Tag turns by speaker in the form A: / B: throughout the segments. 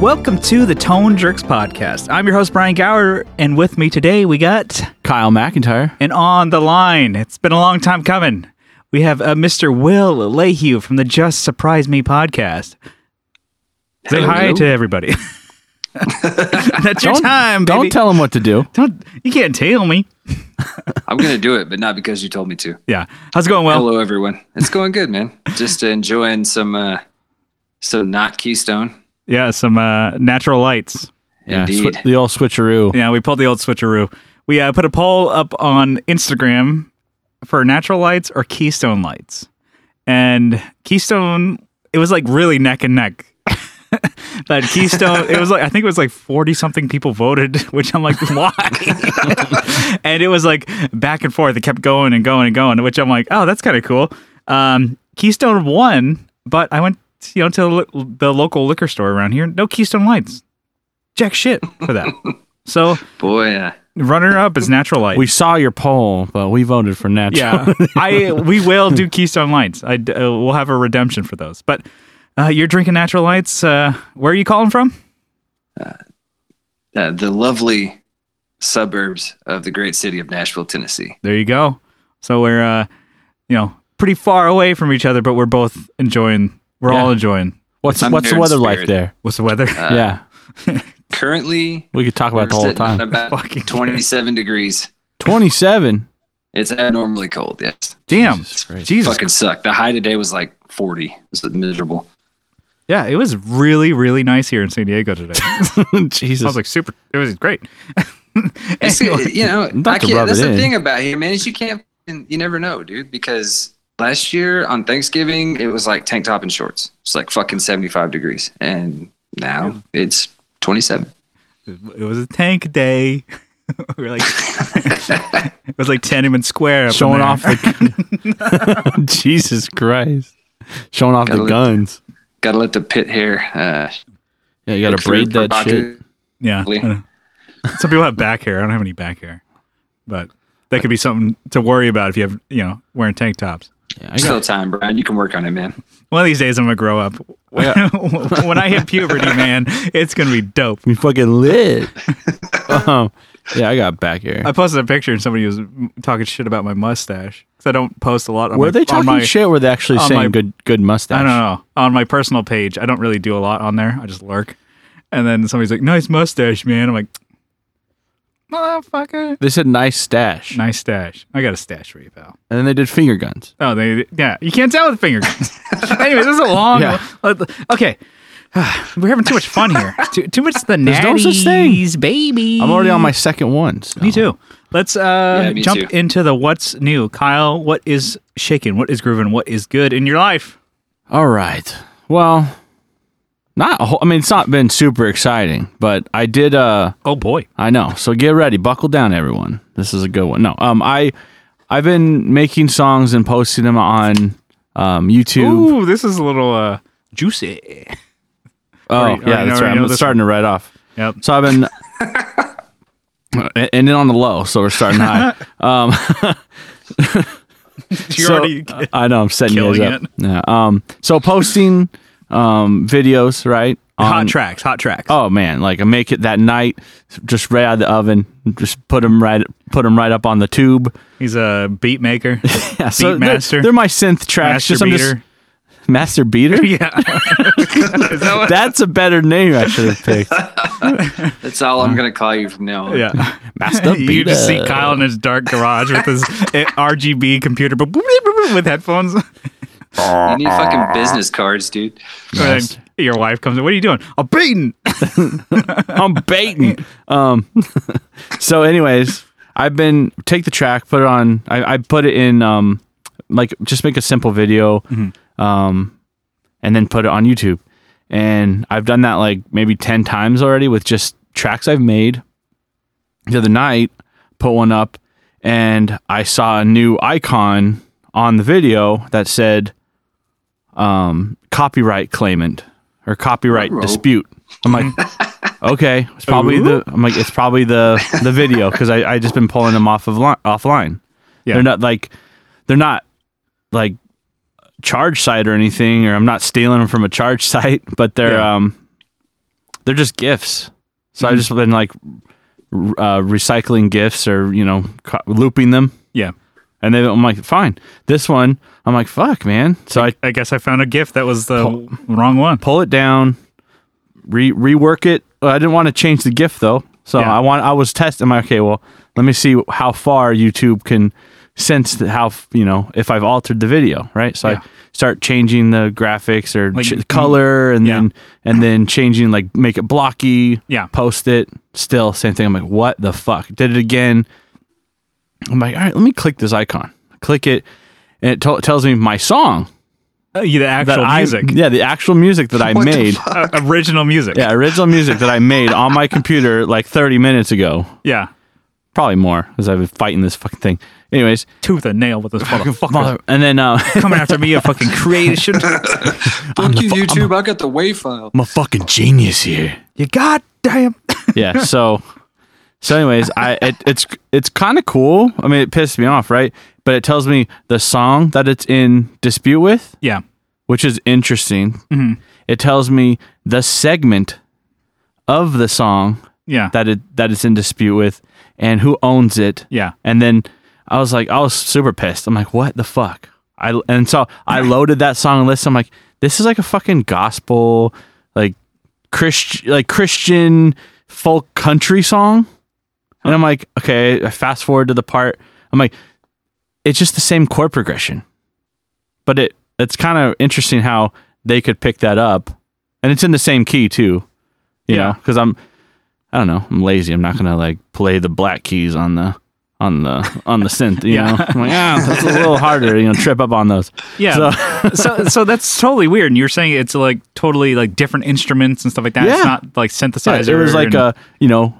A: Welcome to the Tone Jerks podcast. I'm your host Brian Gower, and with me today we got
B: Kyle McIntyre.
A: and on the line. It's been a long time coming. We have uh, Mr. Will Lehue from the Just Surprise Me podcast. Say hi
C: Hello.
A: to everybody. That's your
B: Don't-
A: time.
B: Don't
A: baby.
B: tell him what to do.
A: Don't you can't tail me.
C: I'm gonna do it, but not because you told me to.
A: Yeah, how's it going? Will?
C: Hello, everyone. It's going good, man. Just enjoying some, uh some not Keystone.
A: Yeah, some uh, natural lights.
C: Indeed.
B: swi- the old switcheroo.
A: Yeah, we pulled the old switcheroo. We uh, put a poll up on Instagram for natural lights or Keystone lights, and Keystone it was like really neck and neck. but Keystone, it was like I think it was like forty something people voted, which I'm like, why? and it was like back and forth. It kept going and going and going, which I'm like, oh, that's kind of cool. Um, Keystone won, but I went you know to the lo- the local liquor store around here. No Keystone lights, jack shit for that. so
C: Boy, uh,
A: runner up is natural light.
B: We saw your poll, but we voted for natural.
A: yeah, I we will do Keystone Lights. I d- uh, we'll have a redemption for those. But uh, you're drinking natural lights. Uh, where are you calling from?
C: uh, the lovely suburbs of the great city of Nashville, Tennessee.
A: There you go. So we're uh, you know pretty far away from each other, but we're both enjoying. We're all
B: Yeah.
A: enjoying.
B: What's
C: I'm
B: what's the
C: here in
B: weather like
C: spirit.
B: there?
A: What's the weather?
C: Uh,
B: yeah.
C: Currently,
B: We could talk about it the
C: we're
B: whole
C: sitting at
B: time.
C: About
A: Fucking
C: 27 degrees.
B: 27.
C: It's abnormally cold. Yes.
A: Damn.
B: Jesus Christ.
A: Jesus.
C: Fucking sucked. The high today was like 40. It was miserable.
A: Yeah, it was really really nice here in San Diego today. I
B: Jesus.
A: was like super. It was great.
C: It's, you know,
B: Not
C: I
B: to
C: can't,
B: rub
C: that's
B: it
C: the
B: in.
C: thing about here, man. Is you can't, you never know, dude. Because last year on Thanksgiving, it was like tank top and shorts. It's like fucking seventy-five degrees, and now it's twenty-seven.
A: It was a tank day. we were like, it was like Tiananmen Square. up in
B: Showing
A: there.
B: off the Jesus Christ. Showing off
C: Gotta
B: the
C: look-
B: guns.
C: Got to let the pit hair. Uh,
B: Yeah, you gotta braid that shit.
A: Yeah.
C: Lee.
A: I know. Some people have back hair. I don't have any back hair, but that could be something to worry about if you have, you know, wearing tank tops.
B: Yeah, I
C: Still
B: got,
C: time, Brian. You can work on it, man.
A: One of these days, I'm gonna grow up.
B: Yeah.
A: when I hit puberty, man, it's gonna be dope.
B: we fucking lit. um, yeah, I got back here.
A: I posted a picture and somebody was talking shit about my mustache because I don't post a lot. On
B: Were
A: my,
B: they
A: on
B: talking
A: my-
B: shit? Were they actually
A: on
B: saying
A: my-
B: good good mustache?
A: I don't know. On my personal page, I don't really do a lot on there. I just lurk. And then somebody's like, "Nice mustache, man." I'm like, "Motherfucker,
B: They said nice stash,
A: nice stash." I got a stash for you, pal.
B: and then they did finger guns.
A: Oh, they yeah. You can't tell with finger guns. anyway, this is a long.
B: Yeah.
A: uh, Okay, we're having too much fun here. too, too much the
B: There's
A: natties,
B: no such thing.
A: baby.
B: I'm already on my second one. so-
A: Me too. Let's uh,
C: Yeah, me
A: jump
C: too.
A: into the what's new, Kyle. What is shaking? What is grooving? What is good in your life?
B: All right. Well, not. A whole, I mean, it's not been super exciting, but I did. Uh,
A: Oh boy,
B: I know. So get ready, buckle down, everyone. This is a good one. No, um, I, I've been making songs and posting them on, um, YouTube.
A: ooh, this is a little uh, juicy.
B: oh,
A: already-
B: yeah,
A: already
B: that's
A: know-
B: right.
A: know
B: I'm
A: this
B: starting to write off.
A: Yep.
B: So I've been and and then on the low, so we're starting high.
A: You're
B: So-
A: already
B: I know I'm setting you guys
A: killing
B: up. Yeah. Um. So posting um videos right
A: hot
B: on-
A: tracks. Hot tracks.
B: Oh man, like I make it that night, just right out of the oven. Just put them right, put 'em right up on the tube.
A: He's a beat maker.
B: Yeah,
A: Beat
B: they're-
A: master.
B: They're, my synth
A: Master
B: tracks. Just- I'm just-
A: beater.
B: master beater.
A: yeah. Is that what-
B: That's a better name I should have picked.
C: That's all
B: Uh-huh.
C: I'm gonna call you from now on.
A: yeah.
B: Master beater.
A: You just see Kyle in his dark garage with his eh, RGB computer but with headphones.
C: You need fucking business cards, dude.
B: Yes.
A: And your wife comes in. What are you doing? A beating.
B: I'm baiting. Um, so, anyways, I've been take the track, put it on. I, I put it in um, like just make a simple video, um, and then put it on YouTube. And I've done that like maybe ten times already with just tracks I've made. The other night, put one up, and I saw a new icon on the video that said um, copyright claimant or copyright
C: Uh-oh.
B: dispute. I'm like, okay, it's probably the. I'm like, it's probably the the video because I I just been pulling them off of li- offline.
A: Yeah.
B: They're not like, they're not like charge site or anything, or I'm not stealing them from a charge site, but they're
A: Yeah.
B: um, they're just gifts. So I've just been like r- uh, recycling gifts or you know co- looping them,
A: Yeah.
B: and then I'm like, fine. This one, I'm like, fuck, man. So I
A: I guess I found a gift that was the wrong one.
B: pull it down, re- rework it. Well, I didn't want to change the GIF though, so
A: Yeah.
B: I want. I was testing. I'm like, okay, well, let me see how far YouTube can sense the, how f- you know if I've altered the video, right? So
A: Yeah.
B: I start changing the graphics or
A: Like,
B: ch- color, and
A: yeah.
B: then and then changing like make it blocky.
A: Yeah.
B: post it. Still same thing. I'm like, what the fuck? Did it again. I'm like, all right, let me click this icon. Click it, and it to- tells me my song
A: Uh, yeah, the
B: that
A: actual
B: I
A: music.
B: yeah the actual music that I
C: What the
B: made.
C: fuck?
A: Uh, original music.
B: Yeah, original music that I made on my computer like 30 minutes ago.
A: Yeah.
B: Probably more, because I've been fighting this fucking thing. Anyways,
A: Tooth and nail with this motherfucker.
B: mother- and then uh, I'm
A: Coming after me, a fucking creation.
C: Fuck you, YouTube. I got the WAV file.
B: a fucking genius here.
A: you goddamn.
B: Yeah. So, so anyways, I it, it's it's kind of cool. I mean, it pissed me off, right? But it tells me the song that it's in dispute with,
A: Yeah.
B: which is interesting. It tells me the segment of the song
A: Yeah.
B: that it that it's in dispute with and who owns it.
A: Yeah.
B: And then I was like, I was super pissed. I'm like, what the fuck? I and so I loaded that song list. I'm like, this is like a fucking gospel, like Christian, like Christian folk country song. And I'm like, okay. I fast forward to the part. I'm like, it's just the same chord progression, but it it's kind of interesting how they could pick that up, and it's in the same key too.
A: Yeah.
B: You know, because I'm I don't know. I'm lazy. I'm not gonna like play the black keys on the on the on the synth. You
A: Yeah.
B: know, I'm like, ah, that's a little harder. You know, trip up on those.
A: Yeah. So, so that's totally weird. And you're saying it's like totally like different instruments and stuff like that. It's
B: Yeah.
A: not like synthesizer.
B: it was like
A: and-
B: a you know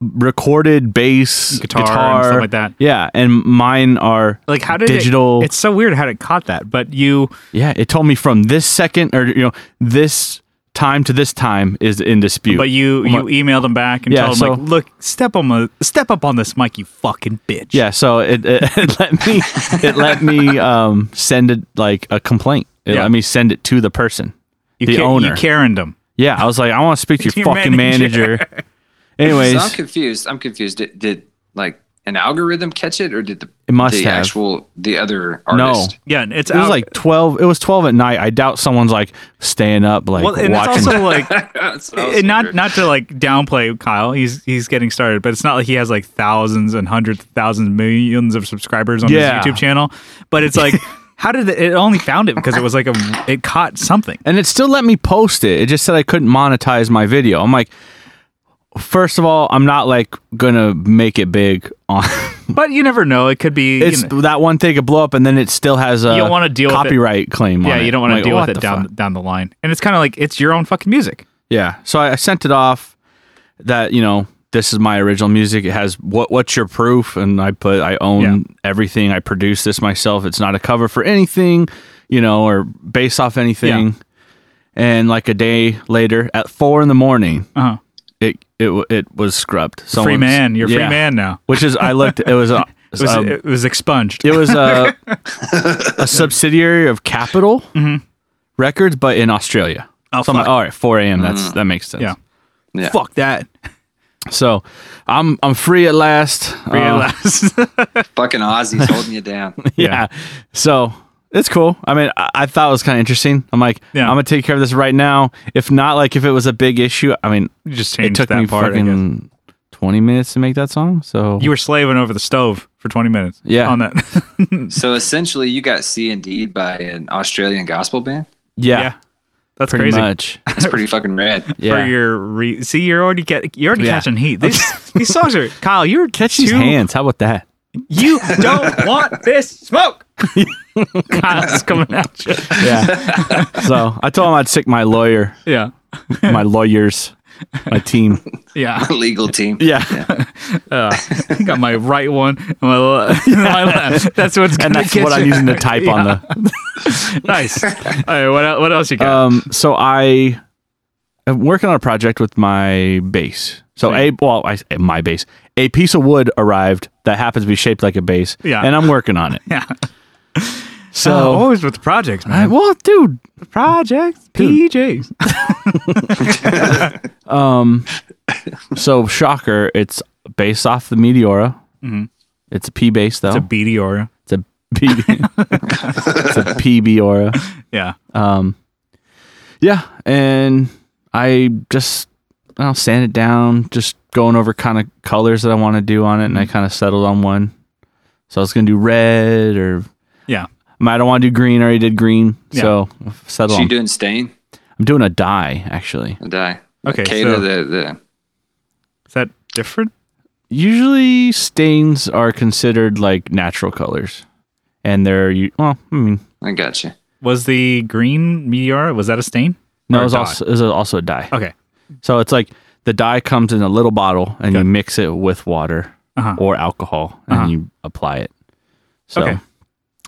B: recorded bass
A: Guitar
B: guitar,
A: and stuff like that.
B: Yeah, and mine are
A: like how did it-
B: digital.
A: it's so weird how it caught that, but you
B: yeah, it told me from this second or you know this time to this time is in dispute.
A: but you you emailed them back and
B: Yeah,
A: told them
B: so-
A: like, look, step on my, step up on this mic, you fucking bitch.
B: Yeah, so it, it, it let me it let me um, send it like a complaint. It
A: Yeah.
B: let me send it to the person,
A: you
B: the
A: ca-
B: owner.
A: you Karened them.
B: Yeah, I was like, I want to speak to your,
A: Your
B: fucking
A: manager.
B: manager.
C: So I'm
B: Anyways,
C: confused. I'm confused. Did, did like an algorithm catch it, or did the
B: It must
C: the
B: have.
C: actual the other
B: No.
C: artist?
A: Yeah, and it's
B: it was
A: out-
B: like twelve. It was twelve at night. I doubt someone's like staying up, like
A: well, and
B: watching.
A: it's also like
C: That's
B: Eh,
C: what I was
A: and Eh, not
C: wondering.
A: not to like downplay Kyle. He's he's getting started, but it's not like he has like thousands and hundreds, of thousands, millions of subscribers on
B: Yeah.
A: his YouTube channel. But it's like, how did it, it only found it because it was like a it caught something.
B: and it still let me post it. It just said I couldn't monetize my video. I'm like, first of all, I'm not like gonna make it big on.
A: But you never know; it could be.
B: It's
A: you know,
B: that one thing could blow up, and then it still has a
A: You don't wanna deal with it.
B: copyright claim. on
A: yeah, you don't want
B: I'm
A: to
B: like,
A: deal
B: what
A: with it
B: the
A: down
B: fuck?
A: down the line, and it's kind of like it's your own fucking music.
B: Yeah, so I, I sent it off. That you know, this is my original music. It has what? What's your proof? And I put I own
A: Yeah.
B: everything. I produce this myself. It's not a cover for anything, you know, or based off anything. And like a day later, at four in the morning,
A: Uh-huh.
B: it it w- it was scrubbed. Someone's,
A: Free man, you're a free
B: Yeah. Um,
A: man now.
B: Which is I looked. It was a.
A: It was,
B: a-
A: it was expunged.
B: it was a a subsidiary of Capitol Records, but in Australia.
A: Mm-hmm. Oh,
B: so I'm
A: fuck.
B: like,
A: Mm.
B: all right, 4 a.m. That's that makes sense.
A: Yeah.
C: Yeah.
A: Fuck that.
B: So, I'm I'm free at last.
A: Free at
B: Uh,
A: last.
C: Fucking Ozzy's holding you down.
B: Yeah. So it's cool. I mean, I, I thought it was kind of interesting. I'm like,
A: Yeah.
B: I'm gonna take care of this right now. If not, like, if it was a big issue, I mean,
A: you just
B: it
A: changed
B: took
A: that
B: me
A: part. I guess.
B: fucking 20 minutes to make that song. So
A: You were slaving over the stove for 20 minutes.
B: Yeah.
A: On that.
C: So essentially, you got C and D by an Australian gospel band.
B: yeah,
A: yeah. That's
B: pretty
A: crazy.
B: much.
C: That's pretty fucking rad.
B: Yeah.
A: for your re- see you're already get you're already
B: Yeah.
A: catching heat these these songs are Kyle you're
B: Catch these
A: too-
B: hands. How about that?
A: you don't want this smoke Kyle's coming at you
B: Yeah. so I told him I'd stick my lawyer,
A: yeah
B: my lawyers, my team.
A: yeah Uh,
C: Legal team.
B: Yeah.
A: got my right one and my, le- my left that's what's gonna
B: And that's
A: get
B: what
A: you.
B: I'm using to type on the
A: nice all right what, el- what else you got
B: um, so I am working on a project with my base. So a well, I, my base. A piece of wood arrived that happens to be shaped like a base.
A: Yeah.
B: and I'm working on it.
A: yeah
B: So
A: Oh, always with the
B: Uh,
A: projects
B: I,
A: man
B: well, dude,
A: projects PJs
B: Um, so shocker, it's based off the Meteora. It's a P base though.
A: It's a beady aura.
B: Mm-hmm. It's a P. it's a PB aura.
A: Yeah.
B: Um, yeah, and I just I don't know, sand it down, just going over kind of colors that I want to do on it, and I kind of settled on one. So I was gonna do red, or
A: Yeah.
B: I don't want to do green. I already did green,
A: Yeah.
B: so settle.
C: She
B: On.
C: doing stain?
B: I'm doing a dye actually.
C: A die.
A: Okay,
C: Cater
A: so-
C: the, the
A: Is that different?
B: Usually stains are considered like natural colors, and they're u- well, I mean,
C: I got you.
A: Was the green meteor, was that a stain?
B: no,
A: Or
B: it
A: a
B: was
A: dye?
B: also it was also a dye.
A: Okay.
B: So it's like the dye comes in a little bottle and you
A: Okay.
B: mix it with water
A: Uh-huh.
B: or alcohol and
A: Uh-huh.
B: you apply it. So,
A: Okay.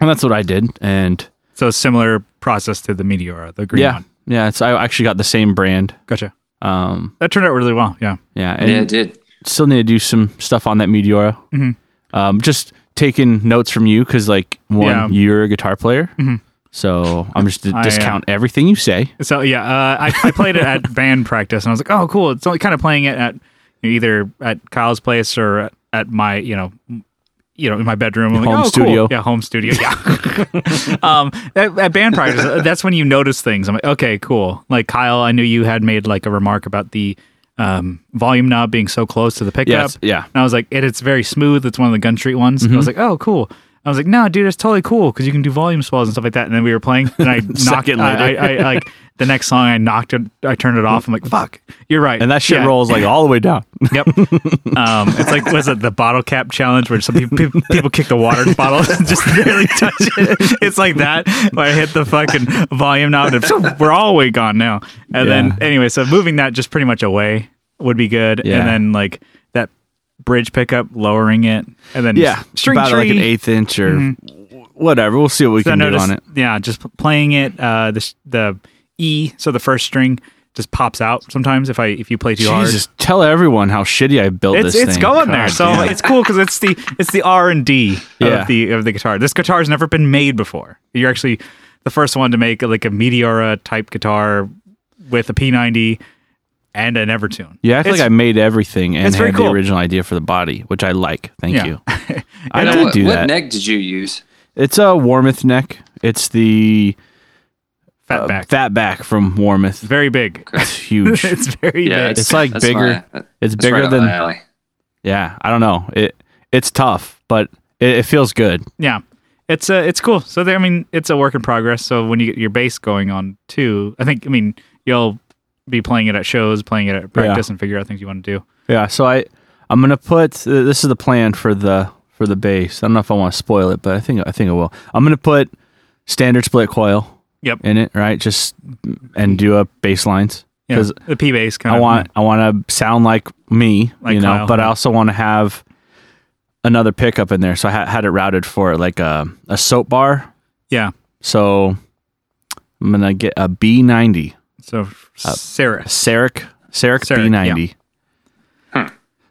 B: and that's what I did. And
A: So similar process to the meteor, the green
B: yeah,
A: one.
B: yeah, it's, I actually got the same brand.
A: Gotcha.
B: Um,
A: That turned out really well. Yeah.
B: yeah, and
C: yeah, it did.
B: still need to do some stuff on that Meteora.
A: Mm-hmm.
B: Um, just taking notes from you because, like, one,
A: Yeah. Mm-hmm.
B: you're a guitar player. So I'm just to
A: I, uh,
B: discount everything you say.
A: So yeah, uh, I, I played it at band practice, and I was like, oh, cool. It's only kind of playing it at either at Kyle's place or at, at my, you know, m- you know, in my bedroom. I'm like,
B: Home
A: "Oh, cool."
B: studio.
A: Yeah, home studio. Yeah. um, at, at band practice, uh, that's when you notice things. I'm like, okay, cool. Like Kyle, I knew you had made like a remark about the um, volume knob being so close to the pickup.
B: Yes, yeah.
A: And I was like, it, it's very smooth. It's one of the Gun Street ones. I was
B: Mm-hmm.
A: like, oh, cool. I was like, no, dude, it's totally cool because you can do volume swells and stuff like that. And then we were playing, and I knocked
B: Second
A: it. I,
B: later.
A: I, I like the next song, I knocked it. I turned it off. I'm like, fuck, you're right.
B: And that shit
A: Yeah.
B: rolls like all the way down.
A: Yep. Um, it's like was it the bottle cap challenge where some people, people kick the water bottle and just barely touch it. It's like that where I hit the fucking volume knob and we're all way gone now. And
B: Yeah.
A: then anyway, so moving that just pretty much away would be good.
B: Yeah.
A: And then like that bridge pickup, lowering it, and then
B: Yeah,
A: string
B: about
A: tree.
B: like an eighth inch or wh- whatever. We'll see what we
A: So I
B: can do
A: noticed-
B: on it.
A: Yeah, just p- playing it. Uh, the sh- the E, so the first string just pops out sometimes if I if you play too hard.
B: Jesus, tell everyone how shitty I built
A: it's
B: this.
A: it's
B: thing.
A: going
B: God
A: there. So
B: damn.
A: it's cool because it's the it's the R and D
B: Yeah.
A: of the of the guitar. This guitar has never been made before. You're actually the first one to make like a Meteora type guitar with a P90 and an Evertune.
B: you act
A: It's-
B: like I made everything and
A: it's
B: had
A: very
B: the
A: cool.
B: original idea for the body, which I like. Thank
A: Yeah.
B: you. I
A: Now,
B: did
C: Now, what,
B: do
C: what
B: that.
C: neck did you use?
B: It's a Warmouth neck. It's the
A: fat
B: uh,
A: back,
B: fat back from Warmouth.
A: very big.
B: It's huge. it's,
A: it's very
C: Yeah,
A: big.
C: it's-
B: like
C: That's
B: bigger.
C: my- that's right
B: bigger
C: up
B: than
C: my alley.
B: yeah. I don't know. It it's tough, but it, it feels good.
A: Yeah, it's uh, it's cool. So there, I mean, it's a work in progress. So when you get your bass going on too, I think I mean you'll be playing it at shows, playing it at practice, and figure out things you want to do.
B: Yeah. So I I'm gonna put uh, this is the plan for the for the bass. I don't know if I want to spoil it, but I think I think I will. I'm gonna put standard split coil
A: Yep.
B: in it, right? Just and do a bass lines
A: Yeah,
B: because
A: the P bass kind
B: I
A: of
B: want I want to sound like me,
A: Like
B: you know,
A: Kyle,
B: but I
A: yeah.
B: also want to have another pickup in there. So I ha- had it routed for like a a soap bar.
A: yeah.
B: So I'm gonna get a B90
A: So Sarah,
B: Seric Seric
A: Seric,
B: B90.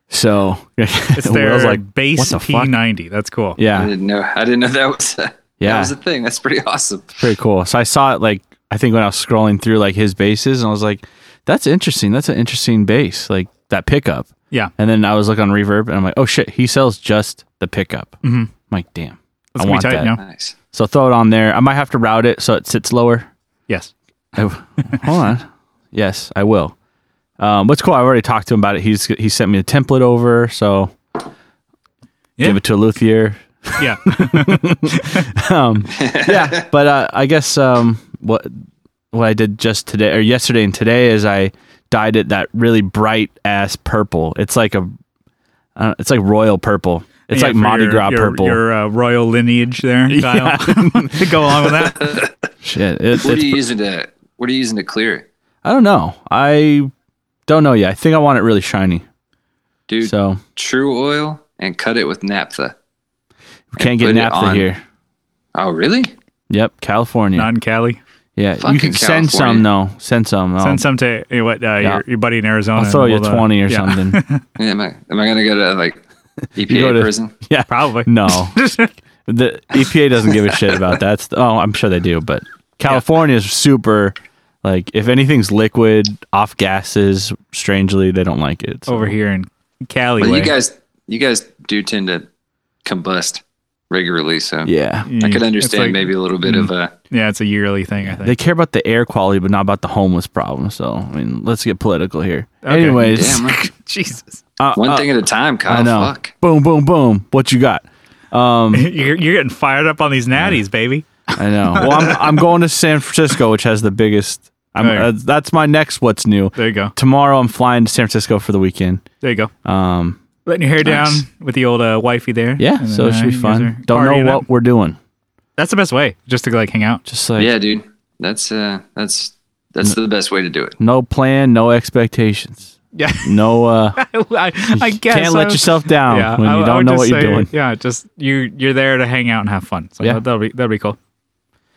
B: So
A: it's
B: Will's
A: their
B: like
A: like
B: "What
A: base
B: the fuck?"
A: P90. That's cool.
C: I
B: Yeah,
C: didn't know. I didn't know that was a,
B: Yeah.
C: that was a thing. That's pretty awesome.
B: pretty cool. So I saw it like I think when I was scrolling through like his bases, and I was like, "That's interesting. That's an interesting bass, like that pickup."
A: Yeah.
B: And then I was looking on Reverb, and I'm like, "Oh shit, he sells just the pickup." Mm-hmm. I'm like, "Damn,
A: That's
B: I
A: gonna
B: want
A: be tight
B: that."
A: now.
C: Nice.
B: So throw it on there. I might have to route it so it sits lower.
A: Yes.
B: I- hold on. Yes, I will. Um, what's cool? I already talked to him about it. He's he sent me a template over, so
A: Yeah.
B: give it to a luthier.
A: Yeah.
B: yeah, but uh, I guess um, what what I did just today or yesterday and today is I dyed it that really bright ass purple. It's like a uh, it's like royal purple. It's
A: Yeah,
B: like
A: for
B: Mardi
A: your-
B: Gras
A: your,
B: purple.
A: Your uh, royal lineage there, Kyle. to go along with that.
B: Shit, it,
C: What are
B: it's,
C: you using to? What are you using to clear it,
B: I don't know. I don't know yet. I think I want it really shiny.
C: dude?
B: So
C: True oil and cut it with naphtha.
B: we can't get
C: put it
B: naphtha
C: on-
B: here.
C: Oh, really?
B: Yep, California.
A: Non Cali.
B: yeah, you
C: fucking
B: can send some
C: California.
B: though. Send some. I'll,
A: Send some to you know what uh,
B: Um, Yeah.
A: your, your buddy in Arizona.
B: I'll throw
A: and
B: you
A: we'll, uh,
B: twenty or
A: yeah.
B: something.
C: Yeah, am I? Am I gonna go to like EPA
B: go to-
C: prison?
B: yeah, E
A: Probably.
B: No, the EPA doesn't give a shit about that. That's- Oh, I'm sure they do, but California is super Like if anything's liquid, off gases, strangely they don't like it. So-
A: over here in Cali.
C: Well,
A: way.
C: you guys, you guys do tend to combust regularly, so
B: Yeah. Mm.
C: I
A: It's
C: could understand
A: like-
C: maybe a little bit of a.
A: Yeah, it's a yearly thing. I think.
B: They care about the air quality, but not about the homeless problem. So I mean, let's get political here.
A: Okay.
B: Anyways,
C: Damn, right?
A: Jesus,
B: uh,
C: one
B: uh,
C: thing at a time, Kyle.
B: I know.
C: Oh, Fuck.
B: Boom, boom, boom. What you got? Um,
A: you're, you're getting fired up on these natties, baby.
B: I know. Well, I'm, I'm going to San Francisco, which has the biggest. I'm,
A: There.
B: uh, that's my next. What's new?
A: There you go.
B: Tomorrow, I'm flying to San Francisco for the weekend.
A: There you go.
B: Um,
A: Letting your hair
C: Nice.
A: down with the old uh, wifey there.
B: yeah,
A: And
B: so
A: then,
B: it
A: uh,
B: should be
A: you guys
B: fun.
A: are
B: Don't know
A: partying
B: what
A: up.
B: we're doing.
A: That's the best way, just to like hang out.
B: Just like
C: Yeah, dude. That's uh, that's that's the best way to do it.
B: no plan, no expectations,
A: Yeah,
B: no. Uh,
A: I, I
B: you
A: guess
B: can't let
A: I-
B: yourself down
A: Yeah,
B: when
A: I-
B: you
A: I
B: don't
A: would
B: know
A: just
B: what you're
A: say,
B: doing.
A: Yeah, just you. You're there to hang out and have fun. So
B: Yeah.
A: that, will be that'll be cool.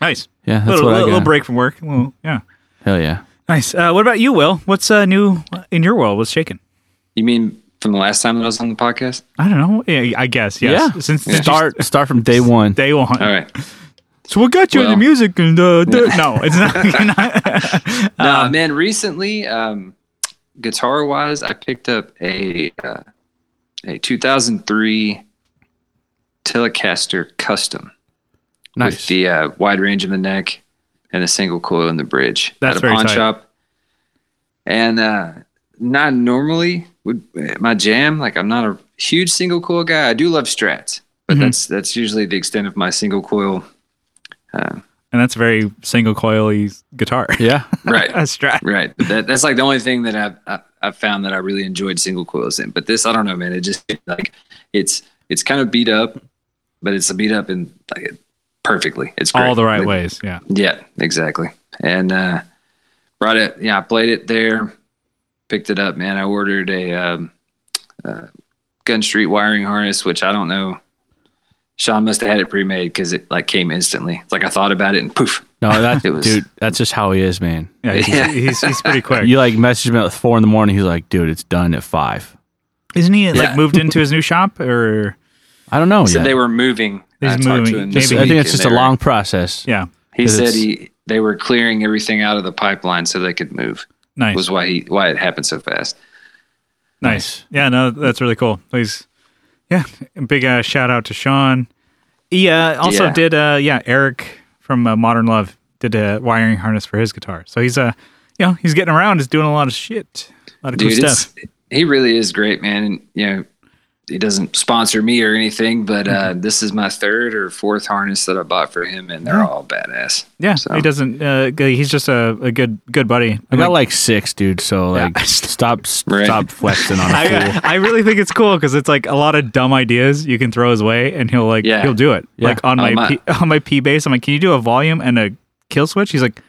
A: Nice.
B: Yeah, that's
A: little,
B: what I
A: little, little
B: got.
A: break from work. Little- yeah.
B: Hell yeah.
A: Nice. Uh, what about you, Will? What's uh, new in your world? What's shaking?
C: You mean from the last time that I was on the podcast?
A: I don't know. Yeah, I guess. Yes.
B: Yeah.
A: Since
B: Start start from day one.
A: day one.
C: All right.
A: So what got you
C: Well-
A: into music? And uh, d- no, it's not. you're not-
B: Uh,
C: Nah, man. Recently, um, guitar wise, I picked up a uh, a 2003 Telecaster Custom with
B: Nice.
C: the uh, wide range in the neck and a single coil in the bridge.
A: That's
C: at a
A: very
C: pawn
A: tight.
C: shop. And uh, not normally would my jam. Like I'm not a huge single coil guy. I do love strats, but
A: Mm-hmm.
C: that's that's usually the extent of my single coil.
A: and that's very single coily guitar.
B: yeah.
C: Right.
A: a strat.
C: Right. But That, that's like the only thing that I've, I- I've found that I really enjoyed single coils in. But this, I don't know, man. It just like it's it's kind of beat up, but it's beat up in like perfectly. It's great.
A: All the right
C: It-
A: ways. Yeah.
C: Yeah, exactly. And uh, brought it. Yeah, I played it there. Picked it up, man. I ordered a um, uh, Gun Street wiring harness, which I don't know. Sean must have had it pre-made because it like came instantly. It's like I thought about it and poof.
B: No, that's
C: It was-
B: dude. That's just how he is, man.
A: Yeah. He's,
C: Yeah.
A: He's, he's pretty quick.
B: You like messaged me at four in the morning. He's like, dude, it's done at five.
A: Isn't he like
C: Yeah.
A: moved into his new shop or?
B: I don't know.
C: Said
B: yet.
C: they were moving.
A: He's
C: I talked to
A: moving.
C: him
A: Just-
C: this
B: I
C: week
B: think it's
C: and
B: just a
C: they were-
B: long process.
A: Yeah.
C: He
B: 'Cause
C: said
B: it's-
C: he they were clearing everything out of the pipeline so they could move.
A: Nice.
C: Was why he why it happened so fast.
A: Nice. Yeah, no, that's really cool. Please, yeah, big uh, shout out to Sean. He uh, also
C: Yeah.
A: did, uh, yeah, Eric from uh, Modern Love did a wiring harness for his guitar. So he's uh, you know, he's getting around. He's doing a lot of shit, a lot of
C: Dude,
A: cool
C: it's,
A: stuff.
C: he really is great, man. And you know, he doesn't sponsor me or anything, but uh,
A: Mm-hmm.
C: this is my third or fourth harness that I bought for him, and they're all badass.
A: Yeah,
C: so-
A: he doesn't. Uh, g- he's just a, a good good buddy.
B: I got like six, dude. So like, stop,
C: Right.
B: stop flexing on a fool.
A: I, I really think it's cool because it's like a lot of dumb ideas you can throw his way, and he'll like
C: Yeah.
A: he'll do it.
B: Yeah.
A: Like on
C: Oh,
A: my
C: my-
A: P, on my P bass, I'm like, can you do a volume and a kill switch? He's like,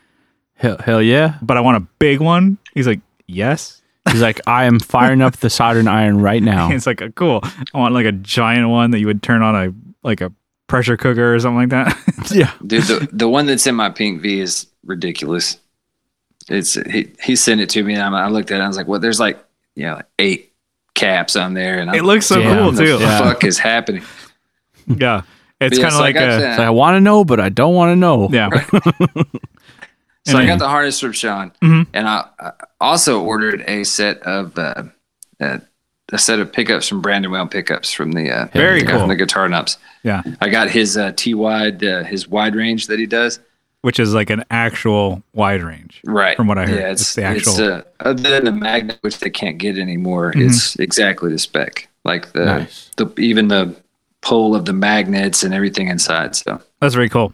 B: Hell, hell yeah!
A: but I want a big one. He's like, yes.
B: He's like, I am firing up the soldering iron right now.
A: It's like a cool. I want like a giant one that you would turn on a like a pressure cooker or something like that.
B: yeah,
C: Dude, the the one that's in my pink V is ridiculous. It's he he sent it to me, and I'm, I looked at it. and I was like, "What?" There's like you know, like eight caps on there, and I'm
A: it looks so
B: Damn.
A: cool
C: "What the
A: too. Yeah,
B: Yeah.
C: fuck is happening?"
A: it's
C: Yeah,
A: kind of
C: so I
A: like
C: got
A: a
C: that.
B: It's like, I want to know, but I don't want to know.
A: yeah.
C: So I
A: And-
C: got the harness from Sean,
A: Mhm.
C: and I, I also ordered a set of uh, uh, a set of pickups from Brandon Whale pickups from the uh,
A: Very
C: the guy
A: cool.
C: from the guitar knobs.
A: yeah,
C: I got his uh, T wide uh, his wide range that he does.
A: which is like an actual wide range.
C: Right
A: From what I heard,
C: yeah, it's,
A: it's the actual. Mm-hmm.
C: It's, uh, other than the magnet, which they can't get anymore, it's exactly the spec. Like the
B: Nice.
C: the even the pull of the magnets and everything inside. So
A: That's very cool.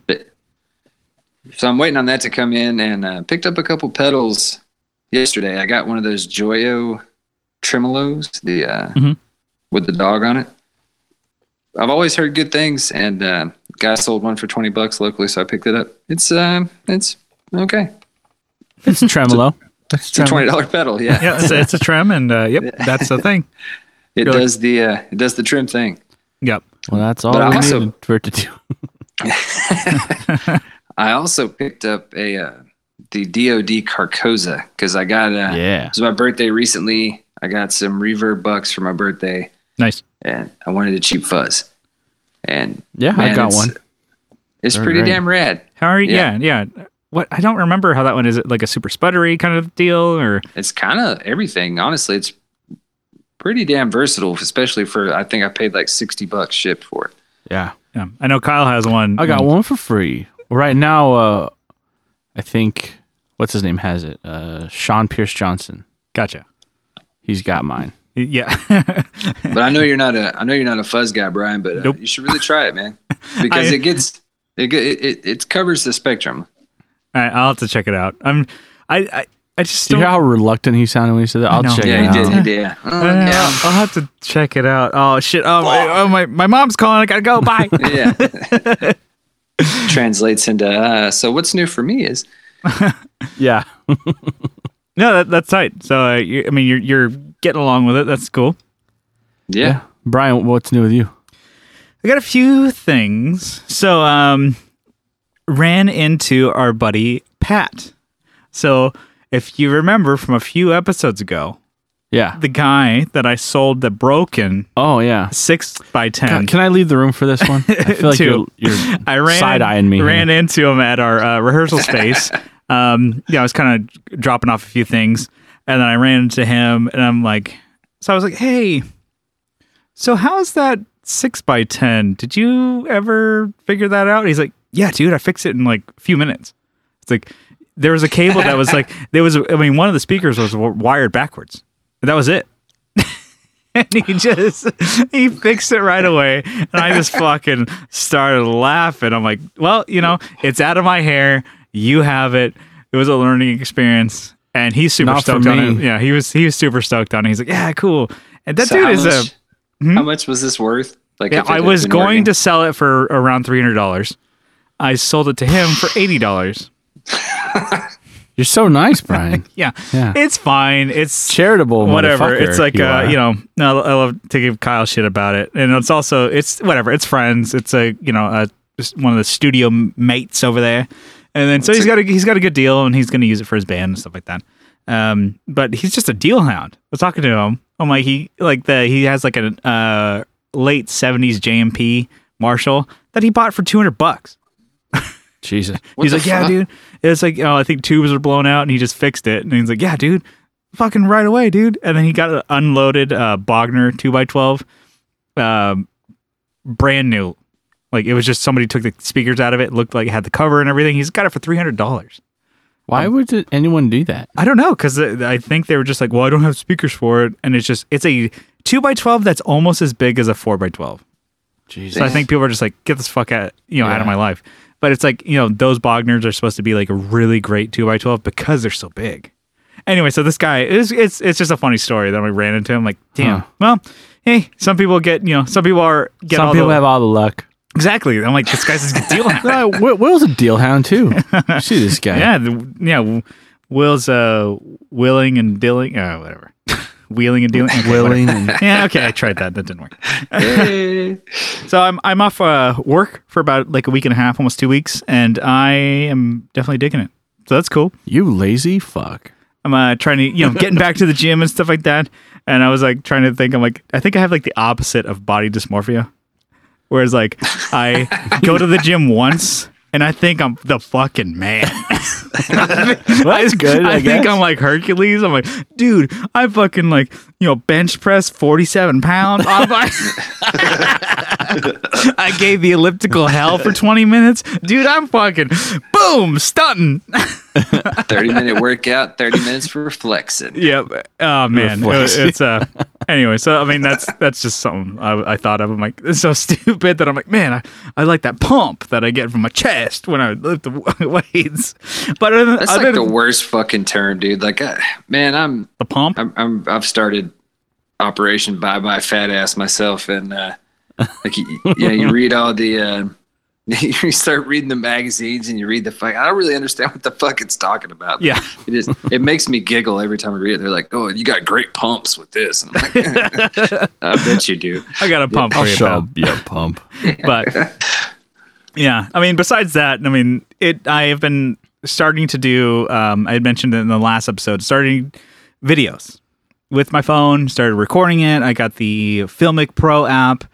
C: So I'm waiting on that to come in and uh, picked up a couple pedals yesterday. I got one of those Joyo tremolos, the uh,
A: Mhm.
C: with the dog on it. I've always heard good things, and uh, guy sold one for twenty bucks locally, so I picked it up. It's um, it's okay.
B: it's a tremolo. That's
C: It's a twenty dollar pedal. Yeah,
A: Yeah, it's, it's a trim, and uh, yep, that's the thing.
C: it
A: Really?
C: does the uh, it does the trim thing.
A: Yep.
B: Well, that's all
C: But I
B: we
C: also-
B: needed for it to do.
C: I also picked up a uh, the DoD Carcosa because I got uh,
B: Yeah.
C: it was my birthday recently. I got some reverb bucks for my birthday.
A: Nice.
C: and I wanted a cheap fuzz. And
B: Yeah, I
C: man,
B: got
C: it's-
B: one.
C: It's
B: They're
C: pretty
B: great.
C: damn rad.
A: How are you? Yeah,
C: Yeah.
A: yeah. what I don't remember how that one is. It like a super sputtery kind of deal, or
C: It's kind of everything. Honestly, it's pretty damn versatile, especially for, I think I paid like 60 bucks shipped for it.
B: Yeah.
A: yeah. I know Kyle has one. Mm,
B: I got
C: Mm.
B: one for free. Right now, uh, I think, what's his name has it? Uh, Sean Pierce Johnson.
A: Gotcha.
B: He's got mine.
A: Yeah.
C: But I know you're not a, I know you're not a fuzz guy, Brian, but uh,
A: Nope.
C: you should really try it, man, because
A: I-
C: it gets, it, ge- it, it, it covers the spectrum.
A: All right, I'll have to check it out. I'm. I. I, I just.
B: Do you
A: don't-
B: hear how reluctant he sounded when he said that? I'll
A: know.
B: check
C: Yeah,
B: it
C: he
B: out.
C: did. He did. Yeah. Oh,
A: I don't know.
C: yeah.
A: I'll have to check it out. Oh shit! Oh my! Oh my! My mom's calling. I gotta go. Bye.
C: Uh, yeah. Translates into uh, so what's new for me is
B: Yeah.
A: no, that, that's tight. So uh, you, I mean, you're you're getting along with it. That's cool.
C: yeah,
B: Yeah. Brian, what's new with you?
A: I got a few things. So, um, ran into our buddy Pat. So, if you remember from a few episodes ago,
B: Yeah.
A: the guy that I sold the broken
B: Oh, yeah.
A: six by ten.
B: God, can I leave the room for this one? I feel like you're,
A: Two.
B: you're
A: I ran
B: side eyeing me.
A: Ran into him at our uh, rehearsal space. um, yeah, I was kind of dropping off a few things, and then I ran into him, and I'm like, so I was like, hey, so how's that six by ten? Did you ever figure that out? And he's like, yeah, dude, I fixed it in like a few minutes. It's like there was a cable that was like there was. I mean, one of the speakers was wired backwards. That was it. And he just he fixed it right away, and I just fucking started laughing. I'm like, well, you know, it's out of my hair. You have it. It was a learning experience, and he's super
B: Not for
A: stoked on it.
B: me.
A: Yeah, he was he was super stoked on it. He's like, yeah, cool. And that
C: So
A: dude
C: how
A: is a. Hmm?
C: much, how much was this worth? Like
A: Yeah,
C: if it
A: I
C: had
A: was
C: been
A: going
C: working?
A: to sell it for around three hundred dollars. I sold it to him for eighty dollars.
B: You're so nice, Brian.
A: Yeah.
B: Yeah.
A: it's fine. It's
B: Charitable.
A: whatever. It's
B: motherfucker
A: like
B: you
A: uh,
B: are.
A: you know, no, I love to give Kyle shit about it, and it's also it's whatever. It's friends. It's a you know a, just one of the studio mates over there, and then so he's got a he's got a good deal, and he's going to use it for his band and stuff like that. Um, but he's just a deal hound. I was talking to him. I'm like he like the he has like a uh, late '70s JMP Marshall that he bought for 200 bucks.
B: Jesus.
C: What
A: he's
C: the
A: like, yeah,
C: fuck?
A: dude. It's like, oh, I think tubes are blown out, and he just fixed it. And he's like, yeah, dude, fucking right away, dude. And then he got an unloaded uh, Bogner two x twelve, um, brand new. Like it was just somebody took the speakers out of it. Looked like it had the cover and everything. He's got it for three hundred dollars.
B: Why would it- anyone do that?
A: I don't know because I think they were just like, well, I don't have speakers for it, and it's just it's a two x twelve that's almost as big as a four x twelve.
B: Jesus.
A: So I think people are just like, get this fuck out, you know, out of
B: Yeah.
A: my life. But it's like, you know, those Bogners are supposed to be like a really great two by twelve because they're so big. Anyway, so this guy is it's it's just a funny story that we ran into him like, damn.
B: Huh.
A: Well, hey, some people get you know, some people are get
B: Some
A: all
B: people
A: the,
B: have all the luck.
A: exactly. I'm like, this guy's just dealing.
B: Uh, Will, Will's a deal hound too. You see this guy?
A: yeah, the, yeah. Will's uh willing and dealing uh whatever. Wheeling and dealing. okay, whatever.
B: willing. And,
A: Yeah, okay, I tried that. That didn't work.
C: Hey.
A: So I'm I'm off uh, work for about like a week and a half, almost two weeks, and I am definitely digging it. So that's cool.
B: you lazy fuck.
A: I'm uh, trying to you know getting back to the gym and stuff like that. And I was like trying to think. I'm like I think I have like the opposite of body dysmorphia, whereas like I go to the gym once. And I think I'm the fucking man.
B: That's good.
A: I,
B: I,
A: think
B: guess.
A: I'm like Hercules. I'm like, dude, I fucking like, you know, bench press 47 pounds. I'm like- I gave the elliptical hell for 20 minutes. Dude, I'm fucking boom, stunting.
C: 30 minute workout, 30 minutes for flexing.
A: Yep. Oh man,
B: Your voice.
A: It- it's uh. Anyway, so I mean that's that's just something I, I thought of. I'm like it's so stupid that I'm like, man, I, I like that pump that I get from my chest when I lift the w- weights. But other than,
C: That's
A: other
C: like the
A: than
C: worst fucking term, dude. Like, I, man, I'm,
A: the pump,
C: I'm, I'm, I've started Operation Bye Bye Fat Ass myself, and uh, like, you, yeah, you read all the, uh, you start reading the magazines and you read the fuck. I don't really understand what the fuck it's talking about.
A: yeah.
C: It is. It makes me giggle every time I read it. They're like, "Oh, you got great pumps with this." And I'm like, I bet you do.
A: I got a pump for you, pal.
B: your pump.
A: but yeah, I mean, besides that, I mean, it. I have been starting to do. Um, I had mentioned it in the last episode, starting videos with my phone. Started recording it. I got the Filmic Pro app.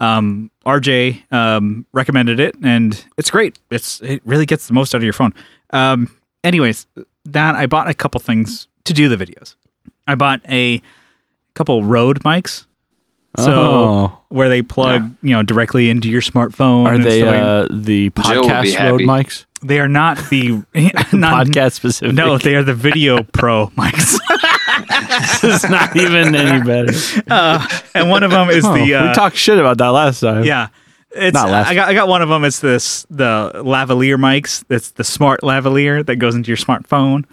A: Um, RJ um, recommended it, and it's great. It's it really gets the most out of your phone. Um, anyways, that I bought a couple things to do the videos. I bought a couple Rode mics. So
B: Oh.
A: where they plug, you know, directly into your smartphone.
B: Are
A: and
B: they
A: stuff like-
B: uh, the
C: Joe will be
B: podcast road
C: happy.
B: mics?
A: they are not the not,
B: podcast specific.
A: No, they are the Video Pro mics.
B: this is not even any better.
A: Uh, and one of them is
B: Oh,
A: the uh,
B: we talked shit about that last time.
A: Yeah. It's,
B: Not last.
A: I got I got one of them. It's this the lavalier mics. That's the smart lavalier that goes into your smartphone.